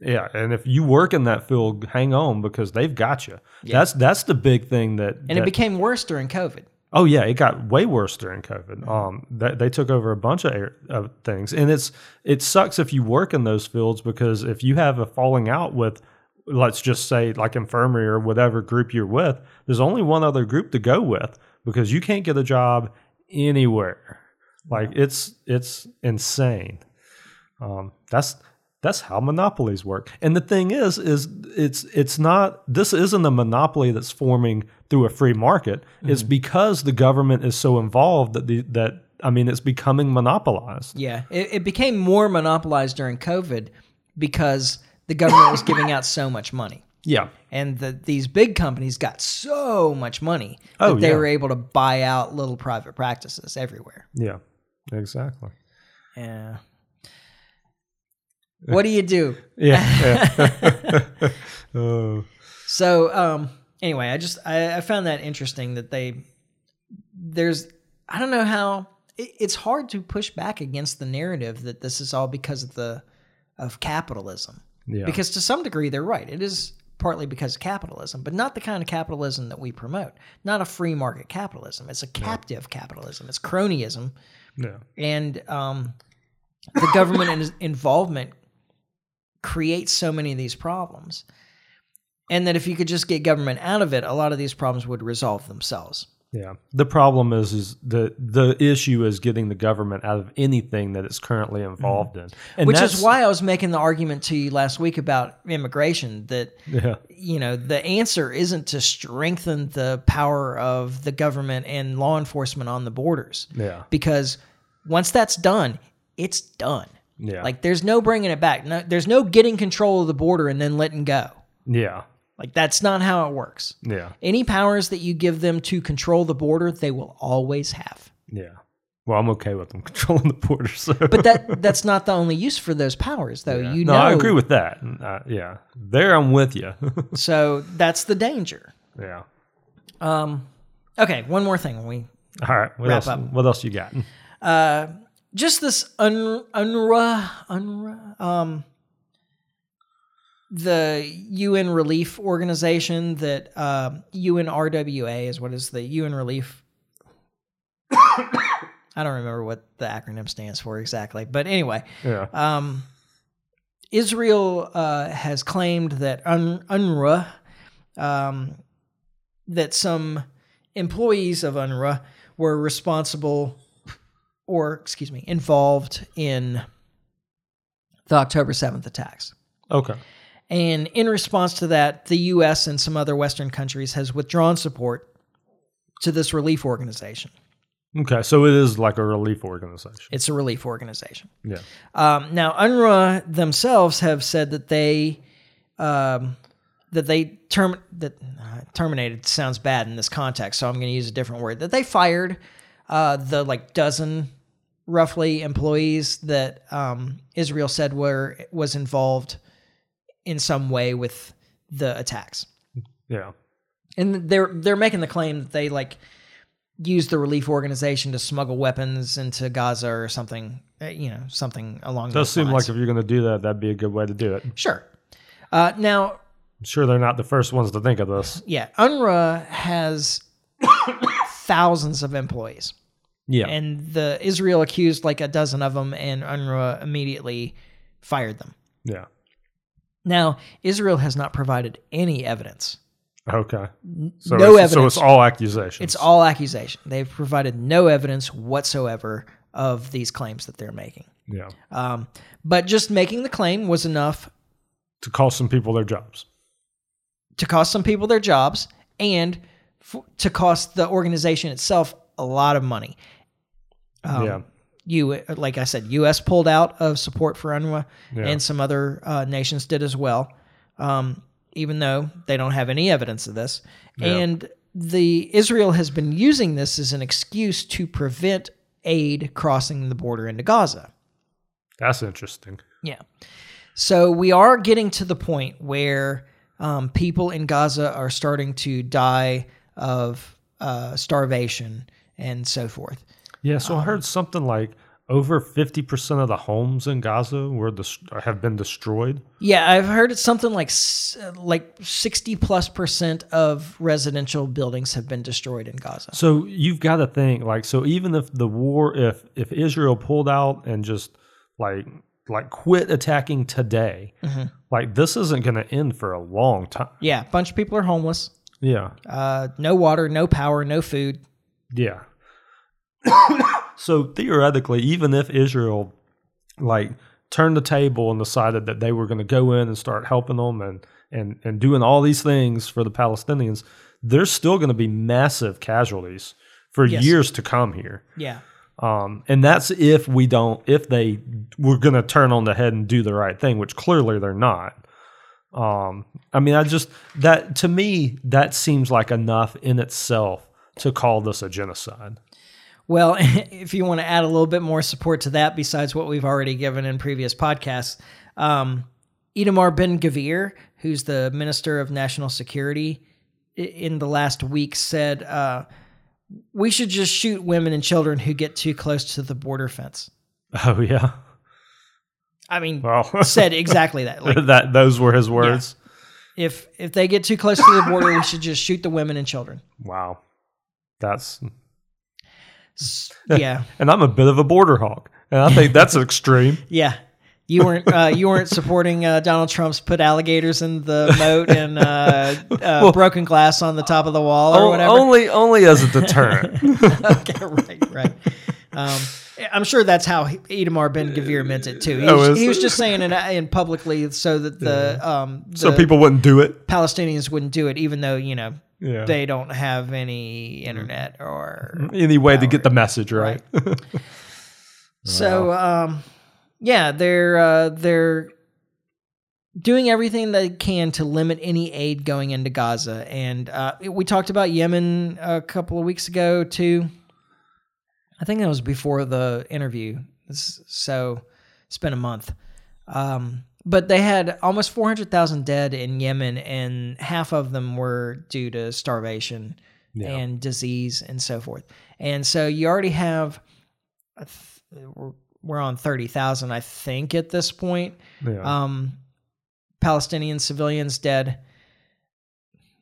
Yeah, and if you work in that field, hang on because they've got you. That's that's the big thing that And that, it became worse during COVID. Oh yeah, it got way worse during COVID. Um, they, they took over a bunch of, air, of things, and it's it sucks if you work in those fields because if you have a falling out with, let's just say like infirmary or whatever group you're with, there's only one other group to go with because you can't get a job anywhere. Like it's it's insane. Um, that's that's how monopolies work. And the thing is, is it's it's not this isn't a monopoly that's forming through a free market. It's Mm-hmm. because the government is so involved that the that I mean it's becoming monopolized. Yeah, it, it became more monopolized during COVID because the government was giving out so much money. Yeah. and the, these big companies got so much money that Oh, they yeah. were able to buy out little private practices everywhere. Yeah. Exactly. Yeah. What do you do? Yeah. yeah. <laughs> Oh. So, um, anyway, I just I, I found that interesting that they there's I don't know how it, it's hard to push back against the narrative that this is all because of the of capitalism. yeah. Because to some degree, they're right. It is partly because of capitalism, but not the kind of capitalism that we promote. Not a free market capitalism. It's a captive capitalism. It's cronyism, yeah. and um, the government and involvement creates so many of these problems. And that if you could just get government out of it, a lot of these problems would resolve themselves. Yeah. The problem is is the the issue is getting the government out of anything that it's currently involved in. And Mm-hmm. Which is that's- why I was making the argument to you last week about immigration that yeah. you know the answer isn't to strengthen the power of the government and law enforcement on the borders Yeah. because once that's done it's done Yeah. like there's no bringing it back no, there's no getting control of the border and then letting go yeah. like that's not how it works Yeah. any powers that you give them to control the border they will always have Yeah. Well, I'm okay with them <laughs> controlling the border. So, But that <laughs> that's not the only use for those powers, though. You no, know, I agree with that. Uh, yeah, there I'm with you. So that's the danger. <laughs> yeah. Okay, one more thing. We All right. What Wrap else? up. What else you got? <laughs> Uh, just this un unra unra um the UN Relief organization that uh, UNRWA is what is the UN Relief. <coughs> I don't remember what the acronym stands for exactly, but anyway, Yeah. um, Israel uh, has claimed that Un- UNRWA, um, that some employees of UNRWA were responsible or, excuse me, involved in the October 7th attacks. Okay. And in response to that, the U.S. and some other Western countries has withdrawn support to this relief organization. Okay. So it is like a relief organization. It's a relief organization. Yeah. Um, now, UNRWA themselves have said that they um, that they term that uh, terminated sounds bad in this context, so I'm going to use a different word. That they fired uh, the like dozen roughly employees that um, Israel said were was involved in some way with the attacks, Yeah. and they're they're making the claim that they like used the relief organization to smuggle weapons into Gaza or something, uh, you know, something along Does those seem lines. like if you're going to do that, that'd be a good way to do it. Sure. Uh, now, I'm sure they're not the first ones to think of this. yeah, UNRWA has <coughs> thousands of employees, Yeah. and the Israel accused like a dozen of them, and UNRWA immediately fired them. yeah. Now, Israel has not provided any evidence. Okay. So no it's, So evidence. it's all accusations. It's all accusation. They've provided no evidence whatsoever of these claims that they're making. Yeah. Um, but just making the claim was enough To cost some people their jobs. to cost some people their jobs and f- to cost the organization itself a lot of money. Um, yeah. you like I said, U.S. pulled out of support for UNRWA, Yeah. and some other uh, nations did as well, um, even though they don't have any evidence of this. And the Israel has been using this as an excuse to prevent aid crossing the border into Gaza. That's interesting. Yeah. So we are getting to the point where um, people in Gaza are starting to die of uh, starvation and so forth. Yeah. So I heard something like over 50% of the homes in Gaza were dis- have been destroyed. Yeah, I've heard it's something like s- like sixty plus percent of residential buildings have been destroyed in Gaza. So you've got to think like so even if the war if if Israel pulled out and just like like quit attacking today, like this isn't going to end for a long time. Yeah, a bunch of people are homeless. Yeah. Uh, no water, no power, no food. Yeah. so theoretically, even if Israel like turned the table and decided that they were going to go in and start helping them and and and doing all these things for the Palestinians, there's still going to be massive casualties for Yes. years to come here. Yeah, Um, and that's if we don't, if they were going to turn on the head and do the right thing, which clearly they're not. Um, I mean, I just, that to me, that seems like enough in itself to call this a genocide. Well, <laughs> if you want to add a little bit more support to that, besides what we've already given in previous podcasts, um, Itamar Ben Gavir, who's the Minister of National Security, i- in the last week said, uh, We should just shoot women and children who get too close to the border fence. <laughs> Oh, yeah. I mean, Well, <laughs> <laughs> said exactly that. Like, that, those were his words. if, if they get too close to the border, we should just shoot the women and children. Wow. That's, S- Yeah. and I'm a bit of a border hawk. And I <laughs> think that's extreme. Yeah. You weren't uh, you weren't supporting uh, Donald Trump's put alligators in the moat and uh, uh, broken glass on the top of the wall or O- whatever. <laughs> Only, only as a deterrent. okay, right, right. Um, I'm sure that's how he- Itamar Ben Gavir meant it too. He, Oh, was, is- he was just saying it uh, in publicly so that the, um, the so people wouldn't do it. Palestinians wouldn't do it, even though you know Yeah. Mm-hmm. they don't have any internet or Any way to get the message right. So um, yeah, they're uh, they're doing everything they can to limit any aid going into Gaza, and uh, we talked about Yemen a couple of weeks ago too. I think that was before the interview. S- So it's been a month. Um, but they had almost 400,000 dead in Yemen, and half of them were due to starvation Yeah. and disease and so forth. And so you already have, I th- we're- we're on 30,000, I think, at this point. Yeah. Um, Palestinian civilians dead.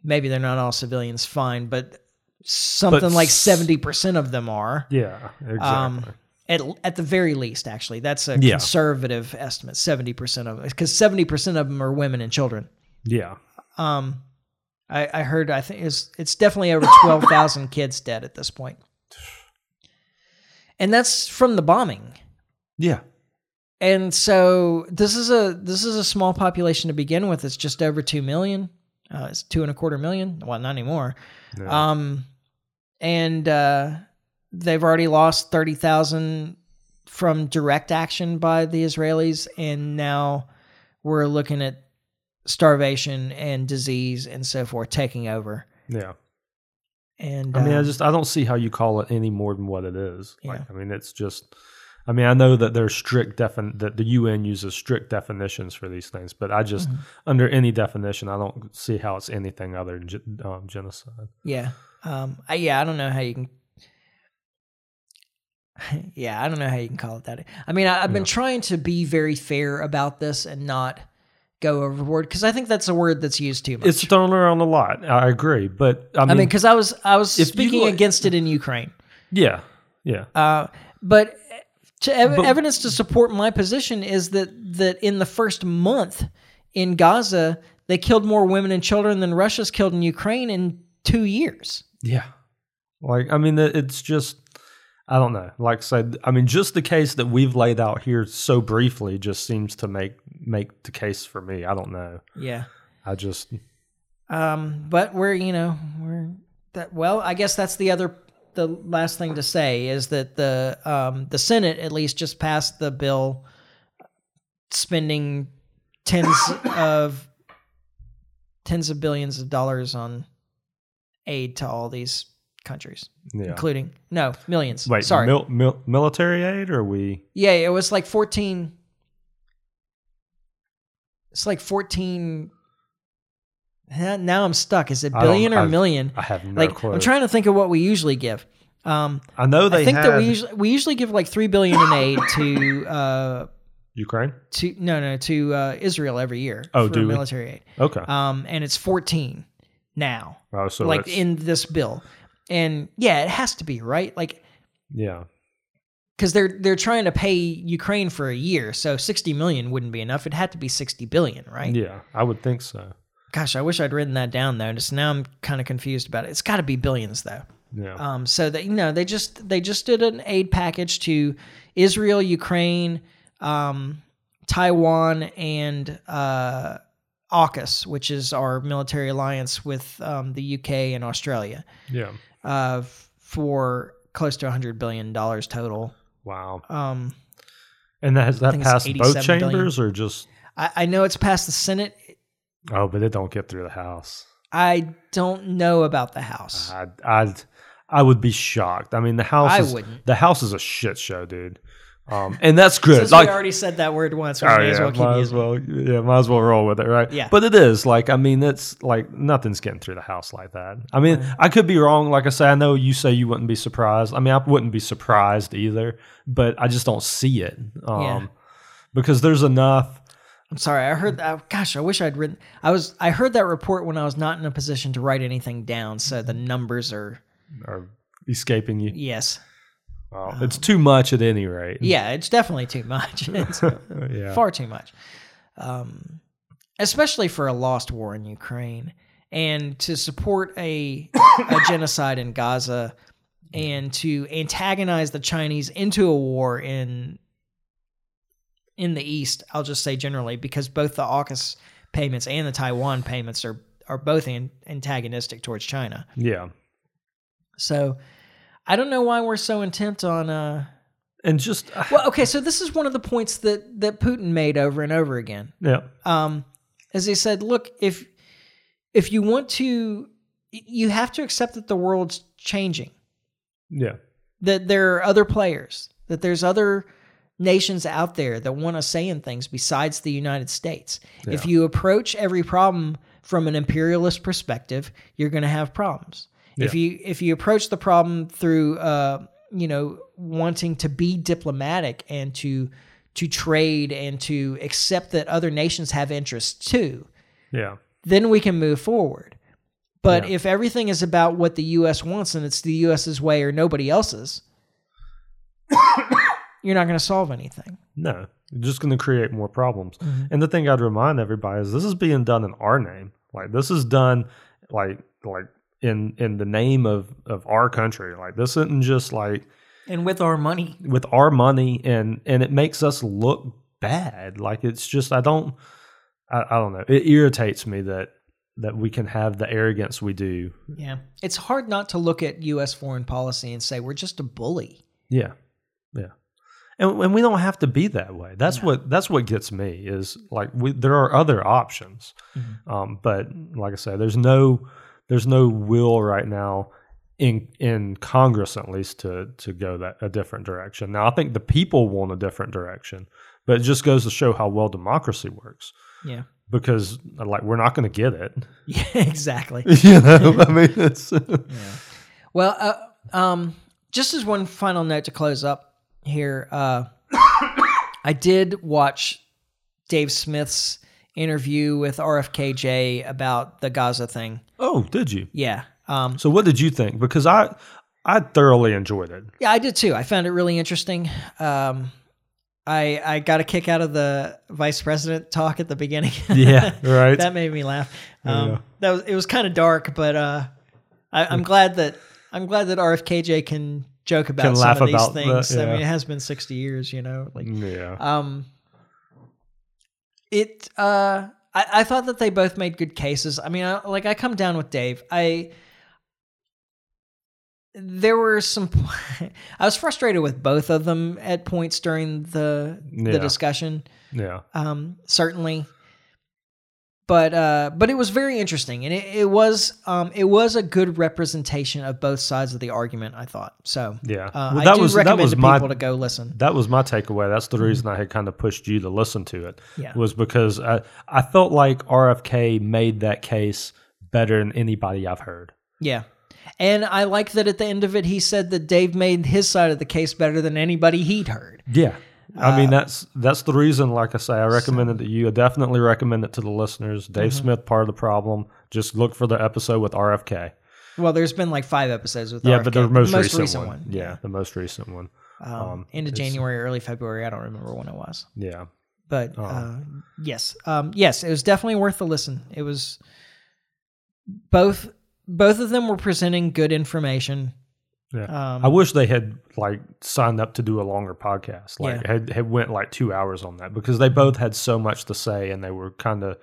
Maybe they're not all civilians, fine, but something But like s- 70% of them are. yeah. Exactly. Um, at, at the very least, actually, that's a Yeah. conservative estimate. Seventy percent of because seventy percent of them are women and children. yeah. Um, I, I heard I think it's it's definitely over twelve thousand kids dead at this point, and that's from the bombing. Yeah. And so this is a this is a small population to begin with. It's just over two million. Uh, it's two and a quarter million. Well, not anymore. No. Um, and uh, they've already lost 30,000 from direct action by the Israelis. And now we're looking at starvation and disease and so forth taking over. yeah. And I mean, I um, just I don't see how you call it any more than what it is. Yeah. Like, I mean, it's just. I mean, I know that there's strict defin that the UN uses strict definitions for these things, but I just under any definition, I don't see how it's anything other than ge- um, genocide. yeah. Um, I, yeah, I don't know how you can. <laughs> Yeah, I don't know how you can call it that. I mean, I, I've been Yeah. trying to be very fair about this and not go overboard because I think that's a word that's used too much. It's thrown around a lot. I agree, but I mean, I mean, because I was I was if you speaking look- against it in Ukraine, yeah, yeah, uh, but to ev- But- evidence to support my position is that that in the first month in Gaza, they killed more women and children than Russia's killed in Ukraine in two years. Yeah. Like, I mean, it- it's just, I don't know. Like I said, I mean, just the case that we've laid out here so briefly just seems to make make the case for me. I don't know. Yeah, I just, um, but we're you know we're that well. I guess that's the other the last thing to say is that the um, the Senate at least just passed the bill spending tens of tens of billions of dollars on aid to all these countries, yeah. including no millions. Wait, Sorry, Mil- mil- military aid or we? yeah, it was like fourteen. It's like fourteen. Huh, Now I'm stuck. Is it I don't- billion or I- million? I have no like clue. I'm trying to think of what we usually give. Um, I know they I think had that we usually we usually give like three billion in aid to uh, Ukraine. to no no to uh, Israel every year. Oh, for do we? military aid. Okay. Um, and it's fourteen now, oh, so like it's- in this bill. And yeah, it has to be right, like yeah, because they're they're trying to pay Ukraine for a year, so sixty million wouldn't be enough. It had to be sixty billion, right? yeah. I would think so. Gosh, I wish I'd written that down though. Just now I'm kind of confused about it. It's got to be billions though. Yeah. Um, so that you know, they just they just did an aid package to Israel, Ukraine, um, Taiwan, and uh, AUKUS, which is our military alliance with um, the UK and Australia, yeah. uh, f- for close to hundred billion dollars total. Wow. Um, And that has that think it's passed both 87 billion. chambers or just? I, I know it's past the Senate. Oh, but it don't get through the House. I don't know about the House. I'd, I'd I would be shocked. I mean, the house. I is, wouldn't. The house is a shit show, dude. Um, and that's good. Since like, we already said that word once, we oh, may yeah, as well keep might as using it. well, yeah, might as well roll with it, right? Yeah. But it is like, I mean, it's like nothing's getting through the house like that. I mean, I could be wrong. Like I say, I know you say you wouldn't be surprised. I mean, I wouldn't be surprised either, but I just don't see it. Um, Yeah. Because there's enough. I'm sorry. I heard that. Gosh, I wish I'd written. I was. I heard that report when I was not in a position to write anything down. So the numbers are Or escaping you. yes, Well, it's too much at any rate. Uh, yeah. It's definitely too much. <laughs> It's yeah. far too much, um, especially for a lost war in Ukraine and to support a a genocide in Gaza and to antagonize the Chinese into a war in in the East, I'll just say generally, because both the AUKUS payments and the Taiwan payments are are both an antagonistic towards China. yeah. So I don't know why we're so intent on. Uh, And just, uh, well, okay, so this is one of the points that that Putin made over and over again. yeah. Um, as he said, look, if if you want to, you have to accept that the world's changing. Yeah. that there are other players, that there's other nations out there that want to say in things besides the United States. If you approach every problem from an imperialist perspective, you're going to have problems. If you if you approach the problem through uh, you know wanting to be diplomatic and to to trade and to accept that other nations have interests too, Yeah. then we can move forward. But Yeah. if everything is about what the U.S. wants and it's the U.S.'s way or nobody else's, <coughs> you're not going to solve anything. No, you're just going to create more problems. And the thing I'd remind everybody is this is being done in our name. Like this is done like like in in the name of of our country. Like this isn't just like And with our money, with our money and and it makes us look bad. Like it's just I don't I, I don't know. It irritates me that that we can have the arrogance we do. yeah, it's hard not to look at U.S. foreign policy and say we're just a bully. Yeah. Yeah. And, and we don't have to be that way. That's what that's what gets me is like we there are other options. Um, but like I say, there's no there's no will right now in in Congress at least to to go that a different direction. Now I think the people want a different direction, but it just goes to show how well democracy works Yeah, because like we're not going to get it. <laughs> yeah, exactly. <laughs> you know, I mean it's Well, uh, um, just as one final note to close up here, uh, <coughs> I did watch Dave Smith's interview with RFKJ about the Gaza thing. Oh, did you? Yeah. Um, So what did you think? Because I I thoroughly enjoyed it. yeah, I did too. I found it really interesting. Um, I, I got a kick out of the vice president talk at the beginning. <laughs> Yeah, right. Oh, that made me laugh. Um, Yeah. Mm. That was it was kind of dark, but uh, I, I'm glad that I'm glad that RFKJ can joke about Can some laugh of these about that, things. I yeah. mean, it has been 60 years, you know. Like, Yeah. um, it. Uh, I, I thought that they both made good cases. I mean, I, like I come down with Dave. I there were some. <laughs> I was frustrated with both of them at points during the Yeah. the discussion Yeah. um, certainly. But uh, but it was very interesting, and it, it was um, it was a good representation of both sides of the argument. I thought so. Yeah. uh, Well, I that do was- that recommend was to my- people to go listen. That was my takeaway. That's the reason I had kind of pushed you to listen to it. Yeah. Was because I, I felt like RFK made that case better than anybody I've heard. Yeah, and I like that at the end of it, he said that Dave made his side of the case better than anybody he'd heard. Yeah. Uh, I mean that's that's the reason. Like I say, I recommend it to you. I definitely recommend it to the listeners. Dave Smith, part of the problem. Just look for the episode with RFK. Well, there's been like five episodes with Yeah, RFK, but the most, recent, recent one. Yeah, the most recent one. um, end of January, early February. I don't remember when it was. Yeah. but Oh. uh, yes, um, yes, it was definitely worth the listen. It was both both of them were presenting good information. Yeah. Um, I wish they had like signed up to do a longer podcast. Like Yeah. had, had went like two hours on that because they both had so much to say and they were kind of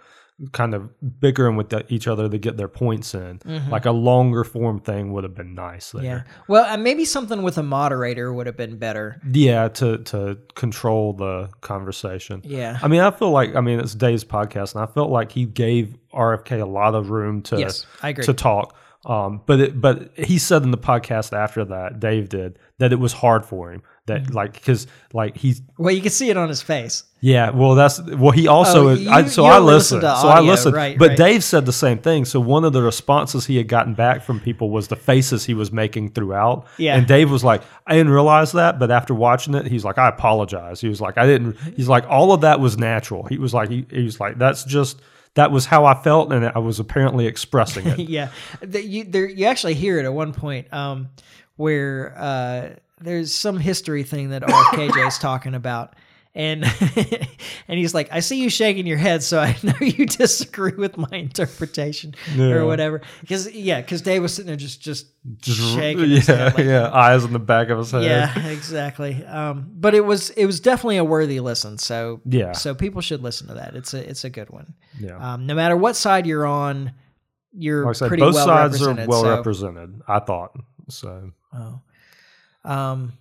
kind of bickering with the, each other to get their points in. Like a longer form thing would have been nice Mm-hmm. Yeah. there. Well, and maybe something with a moderator would have been better. Yeah, to to control the conversation. Yeah. I mean, I feel like I mean it's Dave's podcast, and I felt like he gave RFK a lot of room to Yes, I agree. to talk. Um, but it, but he said in the podcast after that, Dave did that it was hard for him that Mm-hmm. like because like he's Well, you can see it on his face. yeah well that's well he also Oh, I, you- so you I only listen listened to so I audio, listened right, but right. Dave said the same thing so one of the responses he had gotten back from people was the faces he was making throughout Yeah. and Dave was like I didn't realize that but after watching it he's like I apologize he was like I didn't he's like all of that was natural he was like he, he was like that's just that was how I felt and I was apparently <laughs> expressing it yeah, the, you there you actually hear it at one point um, where uh, there's some history thing that RFKJ is talking about. And <laughs> and he's like, I see you shaking your head, so I know you <laughs> disagree with my interpretation or whatever. Because yeah, because Dave was sitting there just just, shaking. yeah his head like, yeah eyes on the back of his head <laughs> yeah, exactly. Um, but it was it was definitely a worthy listen. So Yeah. so people should listen to that. It's a it's a good one. yeah. Um, no matter what side you're on, you're Like I said, pretty both well sides represented. are well so, represented. I thought so. Oh. Um,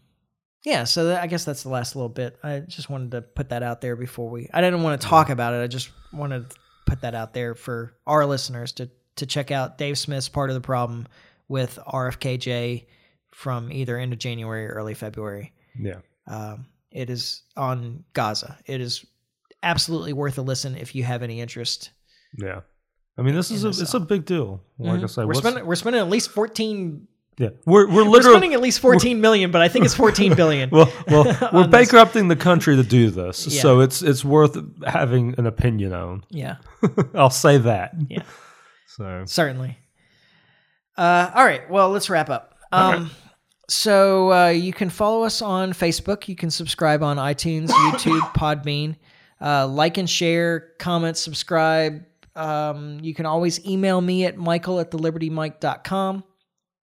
yeah, so that, I guess that's the last little bit. I just wanted to put that out there before we. I didn't want to talk about it. I just wanted to put that out there for our listeners to to check out Dave Smith's part of the problem with RFKJ from either end of January or early February. Yeah. Um, it is on Gaza. It is absolutely worth a listen if you have any interest. Yeah. I mean, this is a, this it's a big deal. Like I Mm-hmm. say, We're what's- spending we're spending at least fourteen. yeah, we're we're We're literally spending at least fourteen million, but I think it's fourteen billion. <laughs> well, well, we're <laughs> on this. bankrupting the country to do this, Yeah. so it's it's worth having an opinion on. <laughs> yeah, I'll say that. Yeah. <laughs> So <laughs> certainly. Uh, all right. Well, let's wrap up. Um, So uh, you can follow us on Facebook. You can subscribe on iTunes, YouTube, Podbean. Uh, like and share, comment, subscribe. Um, you can always email me at michael at thelibertymike.com.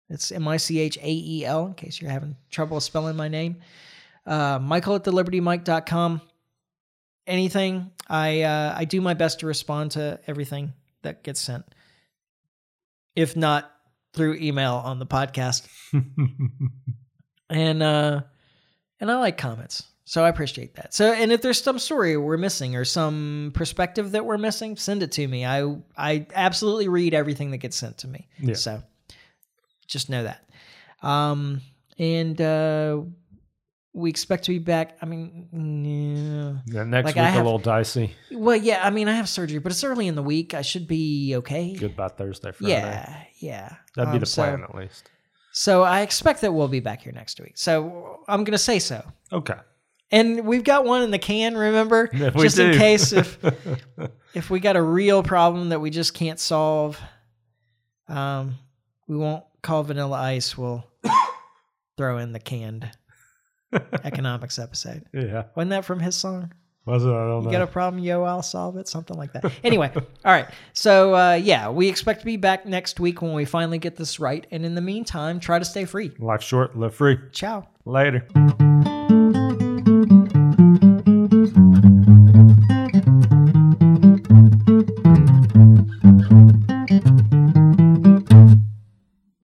It's M I C H A E L, in case you're having trouble spelling my name. Uh, michael at thelibertymike.com. Anything. I, uh, I do my best to respond to everything that gets sent, if not through email on the podcast and uh and i like comments so i appreciate that so and if there's some story we're missing or some perspective that we're missing send it to me i i absolutely read everything that gets sent to me Yeah. so just know that um and uh we expect to be back i mean yeah. yeah, next Like, week I a have- little dicey. well yeah i mean i have surgery but it's early in the week i should be okay Goodbye Thursday, Friday. yeah yeah that'd be Um, the so- plan at least. so i expect that we'll be back here next week so i'm gonna say so Okay. And we've got one in the can, remember? <laughs> Yeah, we just in do. case <laughs> if if we got a real problem that we just can't solve, um, we won't call vanilla ice. We'll <coughs> throw in the <laughs> canned economics episode. Yeah. Wasn't that from his song? Was it? I don't You know. got a problem, yo, I'll solve it, something like that. <laughs> Anyway, all right. So uh, yeah, we expect to be back next week when we finally get this right. And in the meantime, try to stay free. Life short, live free. Ciao. Later.